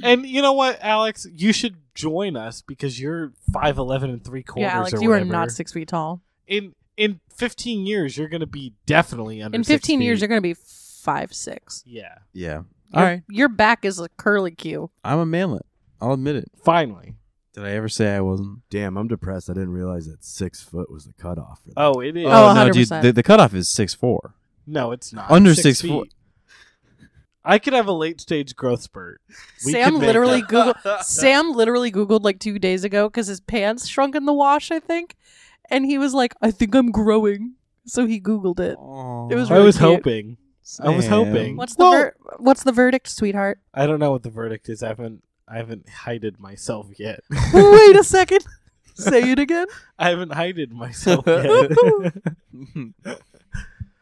Speaker 1: And you know what, Alex? You should join us because you're five eleven and three quarters.
Speaker 3: yeah, Alex,
Speaker 1: or
Speaker 3: you are
Speaker 1: whatever.
Speaker 3: not six feet tall.
Speaker 1: in in fifteen years. You're gonna be definitely under.
Speaker 3: In
Speaker 1: six
Speaker 3: 15 years,
Speaker 1: feet.
Speaker 3: you're going to be five, six.
Speaker 1: yeah,
Speaker 4: Yeah.
Speaker 3: Your-
Speaker 4: All right.
Speaker 3: Your back is a curly Q.
Speaker 4: I'm a manlet. I'll admit it.
Speaker 1: finally.
Speaker 4: Did I ever say I wasn't?
Speaker 2: Damn, I'm depressed. I didn't realize that six foot was the cutoff. For that.
Speaker 1: Oh, it is.
Speaker 3: Oh,
Speaker 4: no, dude.
Speaker 3: 100%.
Speaker 4: The, the cutoff is six four.
Speaker 1: no, it's not
Speaker 4: Under
Speaker 1: six,
Speaker 4: six foot.
Speaker 1: feet. I could have a late stage growth spurt. We
Speaker 3: Sam
Speaker 1: could make
Speaker 3: literally
Speaker 1: that.
Speaker 3: Googled, Sam literally Googled like two days ago because his pants shrunk in the wash, I think. And he was like, I think I'm growing. So he Googled it. It
Speaker 1: [laughs]
Speaker 3: was
Speaker 1: I
Speaker 3: really
Speaker 1: was
Speaker 3: cute.
Speaker 1: hoping. I was
Speaker 4: Sam.
Speaker 1: hoping.
Speaker 3: What's the
Speaker 1: Well,
Speaker 3: ver- what's the verdict, sweetheart?
Speaker 1: I don't know what the verdict is. I haven't I haven't hided myself
Speaker 3: [laughs]
Speaker 1: yet.
Speaker 3: Wait a [laughs] second. Say it again.
Speaker 1: I haven't hided myself
Speaker 3: [laughs]
Speaker 1: yet.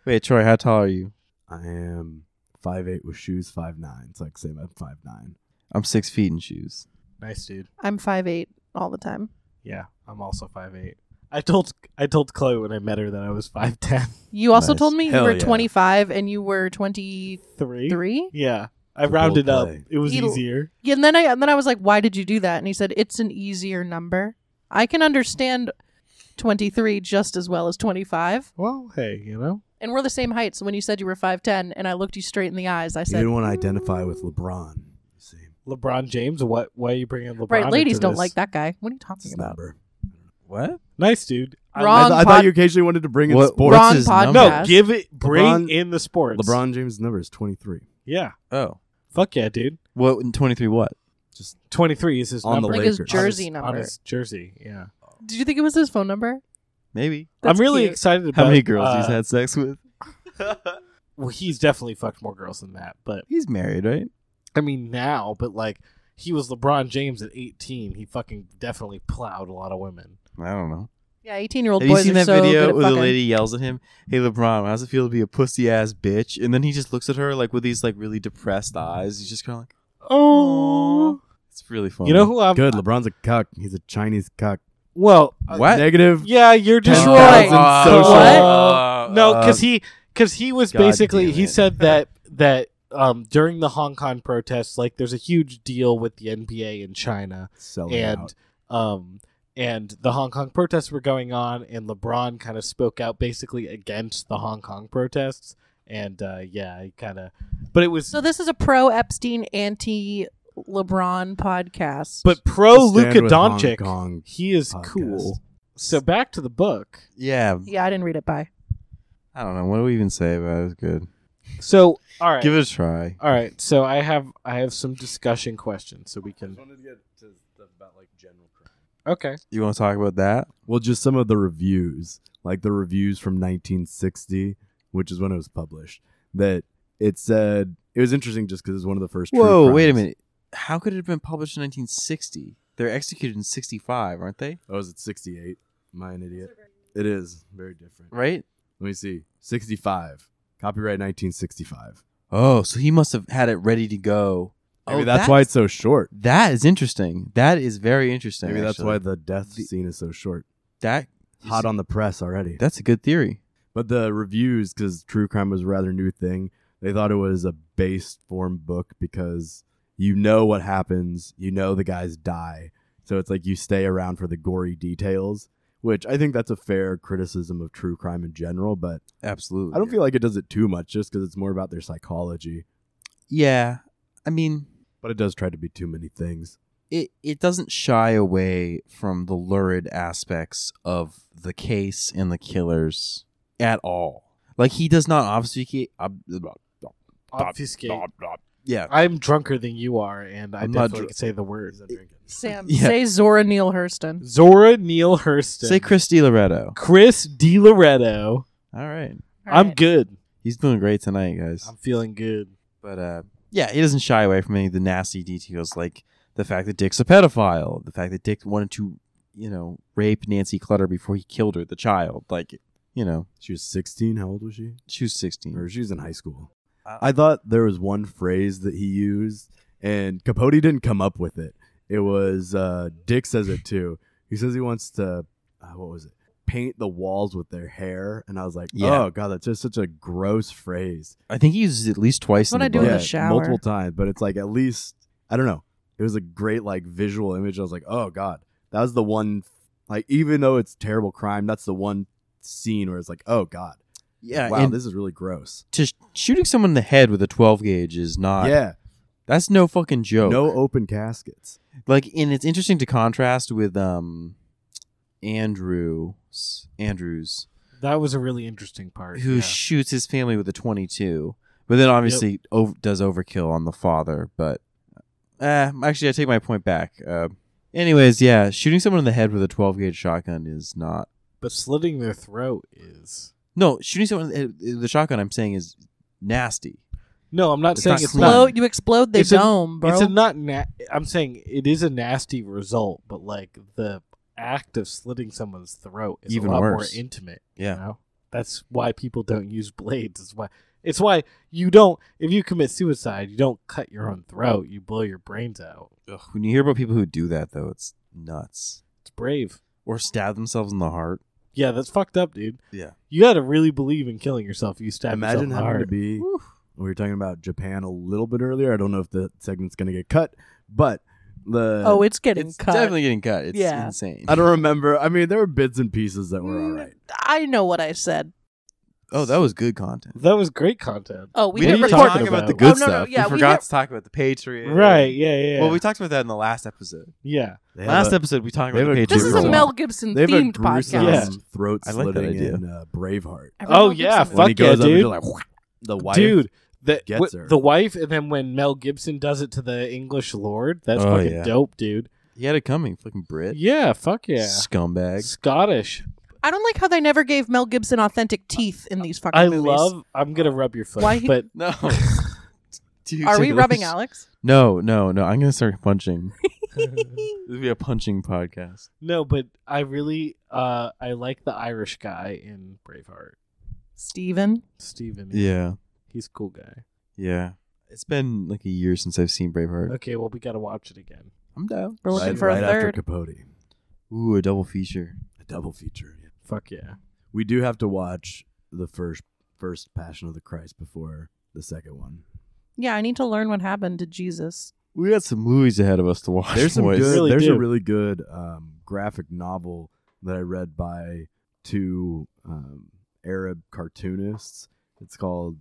Speaker 4: Wait, Troy, how tall are you?
Speaker 2: I am five eight with shoes, five nine. So I can say I'm five nine.
Speaker 4: I'm six feet in shoes.
Speaker 1: nice dude.
Speaker 3: I'm five eight all the time.
Speaker 1: Yeah, I'm also five eight. I told I told Chloe when I met her that I was five ten
Speaker 3: You also
Speaker 2: Nice.
Speaker 3: told me you
Speaker 2: Hell
Speaker 3: were
Speaker 2: yeah.
Speaker 3: 25 and you were 23.
Speaker 1: three. Yeah, I
Speaker 2: Good
Speaker 1: rounded up.
Speaker 2: old play.
Speaker 1: It was
Speaker 3: Eat a-
Speaker 1: easier.
Speaker 3: Yeah, and then I and then I was like, "Why did you do that?" And he said, "It's an easier number. I can understand 23 just as well as 25."
Speaker 1: Well, hey, you know.
Speaker 3: And we're the same height, so when you said you were 5'10 and I looked you straight in the eyes, I
Speaker 2: You
Speaker 3: said,
Speaker 2: didn't want to identify with LeBron. You see,
Speaker 1: LeBron James, what? Why are you bringing LeBron?
Speaker 3: "Right,
Speaker 1: into
Speaker 3: ladies don't
Speaker 1: this?
Speaker 3: like that guy. What are you talking about?"
Speaker 2: snubber.
Speaker 4: What?
Speaker 1: Nice dude. I
Speaker 3: Wrong
Speaker 2: I, th- I
Speaker 3: pod-
Speaker 2: thought you occasionally wanted to bring in
Speaker 4: What-
Speaker 2: sports.
Speaker 3: Wrong
Speaker 4: his
Speaker 1: like-
Speaker 3: podcast.
Speaker 4: number?
Speaker 1: no, give it. Bring
Speaker 2: LeBron-
Speaker 1: in the sports.
Speaker 2: LeBron James' number is twenty three.
Speaker 1: Yeah.
Speaker 4: Oh.
Speaker 1: Fuck yeah, dude.
Speaker 4: What? 23 what?
Speaker 2: Just
Speaker 1: Twenty three is his
Speaker 2: On the
Speaker 1: number.
Speaker 3: Like
Speaker 2: list.
Speaker 3: his
Speaker 2: Lakers.
Speaker 3: jersey
Speaker 1: on his,
Speaker 3: number.
Speaker 1: On his jersey. Yeah.
Speaker 3: Did you think it was his phone number?
Speaker 4: Maybe.
Speaker 3: That's
Speaker 1: I'm really
Speaker 3: cute.
Speaker 1: excited about
Speaker 4: How many girls
Speaker 1: uh,
Speaker 4: he's had sex with?
Speaker 1: Well, he's definitely fucked more girls than that, but
Speaker 4: He's married, right?
Speaker 1: I mean now, but like he was LeBron James at 18. He fucking definitely plowed a lot of women.
Speaker 4: I don't know.
Speaker 3: Yeah, 18-year-old
Speaker 4: Have you
Speaker 3: boys
Speaker 4: seen
Speaker 3: are
Speaker 4: that
Speaker 3: so good
Speaker 4: video
Speaker 3: at
Speaker 4: where the
Speaker 3: fucking.
Speaker 4: lady yells at him, "Hey LeBron, how's it feel to be a pussy ass bitch?" And then he just looks at her like with these like really depressed eyes. He's just kind of like, "Oh, it's really funny."
Speaker 1: You know who I'm?
Speaker 2: good. LeBron's a cuck. He's a Chinese cuck.
Speaker 1: Well, uh,
Speaker 4: What?
Speaker 2: Negative.
Speaker 1: yeah, you're just
Speaker 3: Troy.
Speaker 1: right.
Speaker 2: Uh,
Speaker 1: social-
Speaker 4: What?
Speaker 1: no, because he because he was
Speaker 4: Uh, God
Speaker 1: basically
Speaker 4: damn
Speaker 1: he
Speaker 4: it. [laughs]
Speaker 1: said that that um during the Hong Kong protests, like there's a huge deal with the NBA in China,
Speaker 2: Selling
Speaker 1: and
Speaker 2: out.
Speaker 1: um and the Hong Kong protests were going on, and LeBron kind of spoke out basically against the Hong Kong protests, and uh, yeah, he kind of, but it was
Speaker 3: So this is a pro Epstein anti LeBron podcast.
Speaker 1: but pro
Speaker 2: Stand
Speaker 1: Luka
Speaker 2: with Hong
Speaker 1: Doncic,
Speaker 2: Kong.
Speaker 1: he is
Speaker 2: podcast.
Speaker 1: cool. So back to the book.
Speaker 4: yeah,
Speaker 3: yeah, I didn't read it by.
Speaker 4: I don't know. What do we even say about it? It's good.
Speaker 1: So all right,
Speaker 4: Give it a try.
Speaker 1: all right. So I have I have some discussion questions, so we can.
Speaker 2: wanted to get to stuff about like general crime.
Speaker 1: Okay.
Speaker 4: You want to talk about that?
Speaker 2: Well, just some of the reviews, like the reviews from 1960, which is when it was published. That it said it was interesting just because it's one of the first. true
Speaker 4: Whoa,
Speaker 2: crimes.
Speaker 4: wait a minute. How could it have been published in 1960? They're executed in 65, aren't they?
Speaker 2: Oh, is it 68? Am I an idiot? It is very different.
Speaker 4: Right?
Speaker 2: Let me see. 65. Copyright 1965.
Speaker 4: Oh, so he must have had it ready to go.
Speaker 2: Maybe
Speaker 4: oh,
Speaker 2: that's, why it's so short.
Speaker 4: That is interesting. That is very interesting.
Speaker 2: Maybe that's
Speaker 4: actually.
Speaker 2: why the death
Speaker 4: The-
Speaker 2: scene is so short.
Speaker 4: that is-
Speaker 2: Hot on the press already.
Speaker 4: That's a good theory.
Speaker 2: But the reviews, because true crime was a rather new thing, they thought it was a base form book because you know what happens, you know the guys die, so it's like you stay around for the gory details. Which I think that's a fair criticism of true crime in general, but
Speaker 4: Absolutely.
Speaker 2: I don't feel like it does it too much just because it's more about their psychology.
Speaker 4: Yeah, I mean,
Speaker 2: But it does try to be too many things.
Speaker 4: it it doesn't shy away from the lurid aspects of the case and the killers at all. Like he does not obfuscate. ob- blah,
Speaker 1: Obfuscate.
Speaker 4: blah, blah. yeah,
Speaker 1: I'm drunker than you are, and I
Speaker 4: I'm not
Speaker 1: definitely
Speaker 4: dr-
Speaker 1: can say the word.
Speaker 3: Sam,
Speaker 4: Yeah.
Speaker 3: say Zora Neale Hurston.
Speaker 1: Zora Neale Hurston.
Speaker 4: say Christy Loretto.
Speaker 1: Chris DiLoretto.
Speaker 4: All right,
Speaker 1: I'm good.
Speaker 4: he's doing great tonight, guys.
Speaker 1: I'm feeling good.
Speaker 4: But uh, yeah, he doesn't shy away from any of the nasty details, like the fact that Dick's a pedophile, the fact that Dick wanted to, you know, rape Nancy Clutter before he killed her, the child. Like, you know,
Speaker 2: She was 16. How old was she?
Speaker 4: she was sixteen.
Speaker 2: Or she was in high school. I thought there was one phrase that he used, and Capote didn't come up with it. It was uh, Dick says it too. He says he wants to. Uh, what was it? paint the walls with their hair, and I was like,
Speaker 4: Yeah.
Speaker 2: oh god, that's just such a gross phrase.
Speaker 4: I think he uses it at least twice.
Speaker 3: What
Speaker 4: in
Speaker 3: I do in
Speaker 4: book.
Speaker 3: the shower.
Speaker 2: multiple times, but it's like at least I don't know. It was a great like visual image. I was like, oh god, that was the one. Like even though it's terrible crime, that's the one scene where it's like, oh god,
Speaker 4: Yeah,
Speaker 2: wow,
Speaker 4: and
Speaker 2: this is really gross.
Speaker 4: to sh- shooting someone in the head with a 12 gauge is not.
Speaker 2: yeah,
Speaker 4: that's no fucking joke.
Speaker 2: no open caskets.
Speaker 4: like, and it's interesting to contrast with um, Andrews, Andrews,
Speaker 1: That was a really interesting part.
Speaker 4: who
Speaker 1: yeah.
Speaker 4: shoots his family with a 22, but then obviously ov- does overkill on the father. But uh, actually, I take my point back. Uh, anyways, yeah, shooting someone in the head with a 12 gauge shotgun is not
Speaker 1: but slitting their throat is.
Speaker 4: No, shooting someone with the shotgun. I'm saying is nasty.
Speaker 1: No, I'm not
Speaker 4: It's
Speaker 1: saying
Speaker 4: not
Speaker 1: it's
Speaker 4: clean.
Speaker 1: not.
Speaker 3: Explode, you explode the
Speaker 1: It's a-
Speaker 3: dome, bro.
Speaker 1: It's a not. Na- I'm saying it is a nasty result, but like the act of slitting someone's throat is
Speaker 4: Even
Speaker 1: a lot
Speaker 4: worse.
Speaker 1: more intimate.
Speaker 4: Yeah.
Speaker 1: You know? That's why people don't use blades. It's why it's why you don't. If you commit suicide, you don't cut your own throat. You blow your brains out.
Speaker 4: When you hear about people who do that, though, it's nuts.
Speaker 1: It's brave.
Speaker 4: Or stab themselves in the heart.
Speaker 1: Yeah, that's fucked up, dude.
Speaker 4: Yeah.
Speaker 1: You got to really believe in killing yourself. if You stab yourself
Speaker 2: Imagine
Speaker 1: in the
Speaker 2: having to
Speaker 1: heart.
Speaker 2: be. We were talking about Japan a little bit earlier. I don't know if the segment's gonna get cut, but the
Speaker 3: oh, it's getting
Speaker 4: It's
Speaker 3: cut.
Speaker 4: definitely getting cut. It's
Speaker 3: Yeah.
Speaker 4: insane.
Speaker 2: I don't remember. I mean, there were bits and pieces that were all right.
Speaker 3: Mm, I know what I said.
Speaker 4: Oh, that was good content.
Speaker 1: That was great content.
Speaker 3: Oh,
Speaker 1: We
Speaker 3: we, didn't
Speaker 1: didn't
Speaker 3: record
Speaker 1: talk about
Speaker 4: the
Speaker 1: Oh,
Speaker 4: good
Speaker 3: no, no,
Speaker 4: stuff.
Speaker 3: yeah,
Speaker 4: we
Speaker 3: we
Speaker 4: forgot
Speaker 3: never-
Speaker 4: to talk about the Patriot.
Speaker 1: Right? Yeah. Yeah.
Speaker 4: Well, we talked about that in the last episode.
Speaker 1: yeah.
Speaker 2: They had
Speaker 4: last
Speaker 2: a-
Speaker 4: episode, we talked
Speaker 2: they
Speaker 4: about the
Speaker 2: have a-
Speaker 4: Patriot.
Speaker 3: This is a
Speaker 2: Gruesome.
Speaker 3: Mel Gibson
Speaker 2: they have a
Speaker 3: themed
Speaker 2: gruesome
Speaker 1: Yeah.
Speaker 3: podcast.
Speaker 2: throat
Speaker 4: I like that
Speaker 2: slitting
Speaker 4: idea.
Speaker 2: in uh, Braveheart.
Speaker 3: Every
Speaker 1: Oh
Speaker 3: Mel
Speaker 1: yeah.
Speaker 3: Gibson
Speaker 1: Fuck
Speaker 2: when he goes
Speaker 1: yeah,
Speaker 2: up and
Speaker 1: dude.
Speaker 2: do, like, the wife.
Speaker 1: dude. The,
Speaker 2: gets
Speaker 1: what-
Speaker 2: her.
Speaker 1: the wife, and then when Mel Gibson does it to the English lord, that's
Speaker 4: Oh,
Speaker 1: fucking
Speaker 4: yeah.
Speaker 1: dope, dude.
Speaker 4: He had it coming. Fucking Brit.
Speaker 1: Yeah, fuck yeah,
Speaker 4: Scumbag.
Speaker 1: Scottish.
Speaker 3: I don't like how they never gave Mel Gibson authentic teeth in these fucking
Speaker 1: I
Speaker 3: movies.
Speaker 1: love. I'm gonna rub your foot,
Speaker 3: Why he-
Speaker 1: but
Speaker 4: No. Dude,
Speaker 3: Are we
Speaker 4: take
Speaker 3: rubbing
Speaker 4: those-
Speaker 3: Alex?
Speaker 4: No, no, no. I'm gonna start punching. This will be a punching podcast.
Speaker 1: no, but I really, uh, I like the Irish guy in Braveheart,
Speaker 3: Steven.
Speaker 1: Stephen.
Speaker 4: Yeah.
Speaker 1: he's a cool guy.
Speaker 4: Yeah. It's been like a year since I've seen Braveheart.
Speaker 1: Okay, well, we gotta watch it again.
Speaker 4: I'm down.
Speaker 3: We're looking
Speaker 2: right,
Speaker 3: for
Speaker 2: right
Speaker 3: a
Speaker 2: after
Speaker 3: third.
Speaker 2: Capote,
Speaker 4: Ooh, a double feature.
Speaker 2: a double feature. yeah.
Speaker 1: Fuck yeah.
Speaker 2: We do have to watch the first first Passion of the Christ before the second one.
Speaker 3: Yeah, I need to learn what happened to Jesus.
Speaker 4: We got some movies ahead of us to watch.
Speaker 2: There's some
Speaker 4: boys.
Speaker 2: good.
Speaker 1: Really
Speaker 2: there's a
Speaker 1: do.
Speaker 2: really good um, graphic novel that I read by two um, Arab cartoonists. It's called.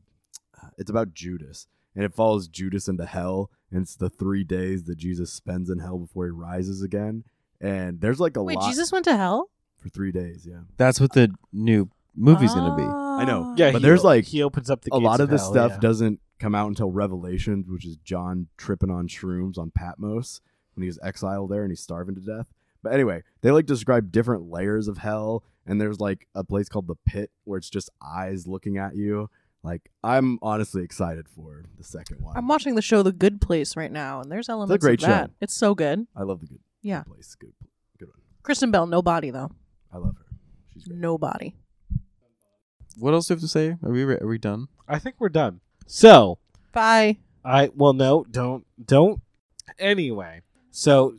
Speaker 2: uh, It's about Judas, and it follows Judas into hell, and it's the three days that Jesus spends in hell before he rises again. And there's like a
Speaker 3: Wait,
Speaker 2: lot
Speaker 3: Jesus went to hell?
Speaker 2: for three days. Yeah.
Speaker 4: That's what the new movie's gonna
Speaker 3: Uh.
Speaker 4: be.
Speaker 2: I
Speaker 3: Ah.
Speaker 2: know.
Speaker 1: Yeah,
Speaker 2: But
Speaker 1: he-
Speaker 2: there's, like,
Speaker 1: he opens up the
Speaker 2: a lot
Speaker 1: gates
Speaker 2: of this
Speaker 1: hell,
Speaker 2: stuff
Speaker 1: yeah.
Speaker 2: doesn't come out until Revelations, which is John tripping on shrooms on Patmos when he was exiled there and he's starving to death. But anyway, they like describe different layers of hell, and there's like a place called the pit where it's just eyes looking at you. Like I'm honestly excited for the second one.
Speaker 3: I'm watching the show The Good Place right now, and there's elements
Speaker 2: great
Speaker 3: of that.
Speaker 2: show.
Speaker 3: It's so good.
Speaker 2: I love the good
Speaker 3: Yeah.
Speaker 2: place. Good, good one.
Speaker 3: Kristen Bell, no body though.
Speaker 2: I love her. She's great.
Speaker 3: No body.
Speaker 4: What else do we have to say? Are we re- are we done?
Speaker 1: I think we're done. So
Speaker 3: Bye.
Speaker 1: I well no, don't don't anyway. So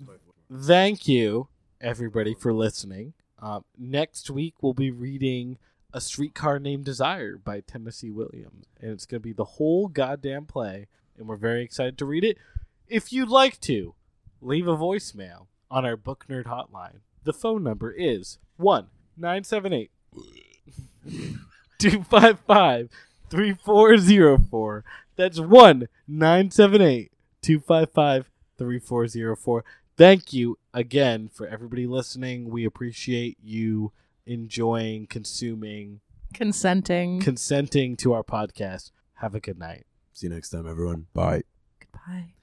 Speaker 1: thank you everybody for listening. Um, next week we'll be reading A Streetcar Named Desire by Tennessee Williams. And it's gonna be the whole goddamn play, and we're very excited to read it. If you'd like to, leave a voicemail on our book nerd hotline. The phone number is one nine seven eight two five five three four zero four. That's 1 978 255 3404. Thank you again for everybody listening. We appreciate you enjoying, consuming,
Speaker 3: Consenting.
Speaker 1: consenting to our podcast. Have a good night.
Speaker 2: See you next time, everyone.
Speaker 4: Bye.
Speaker 3: Goodbye.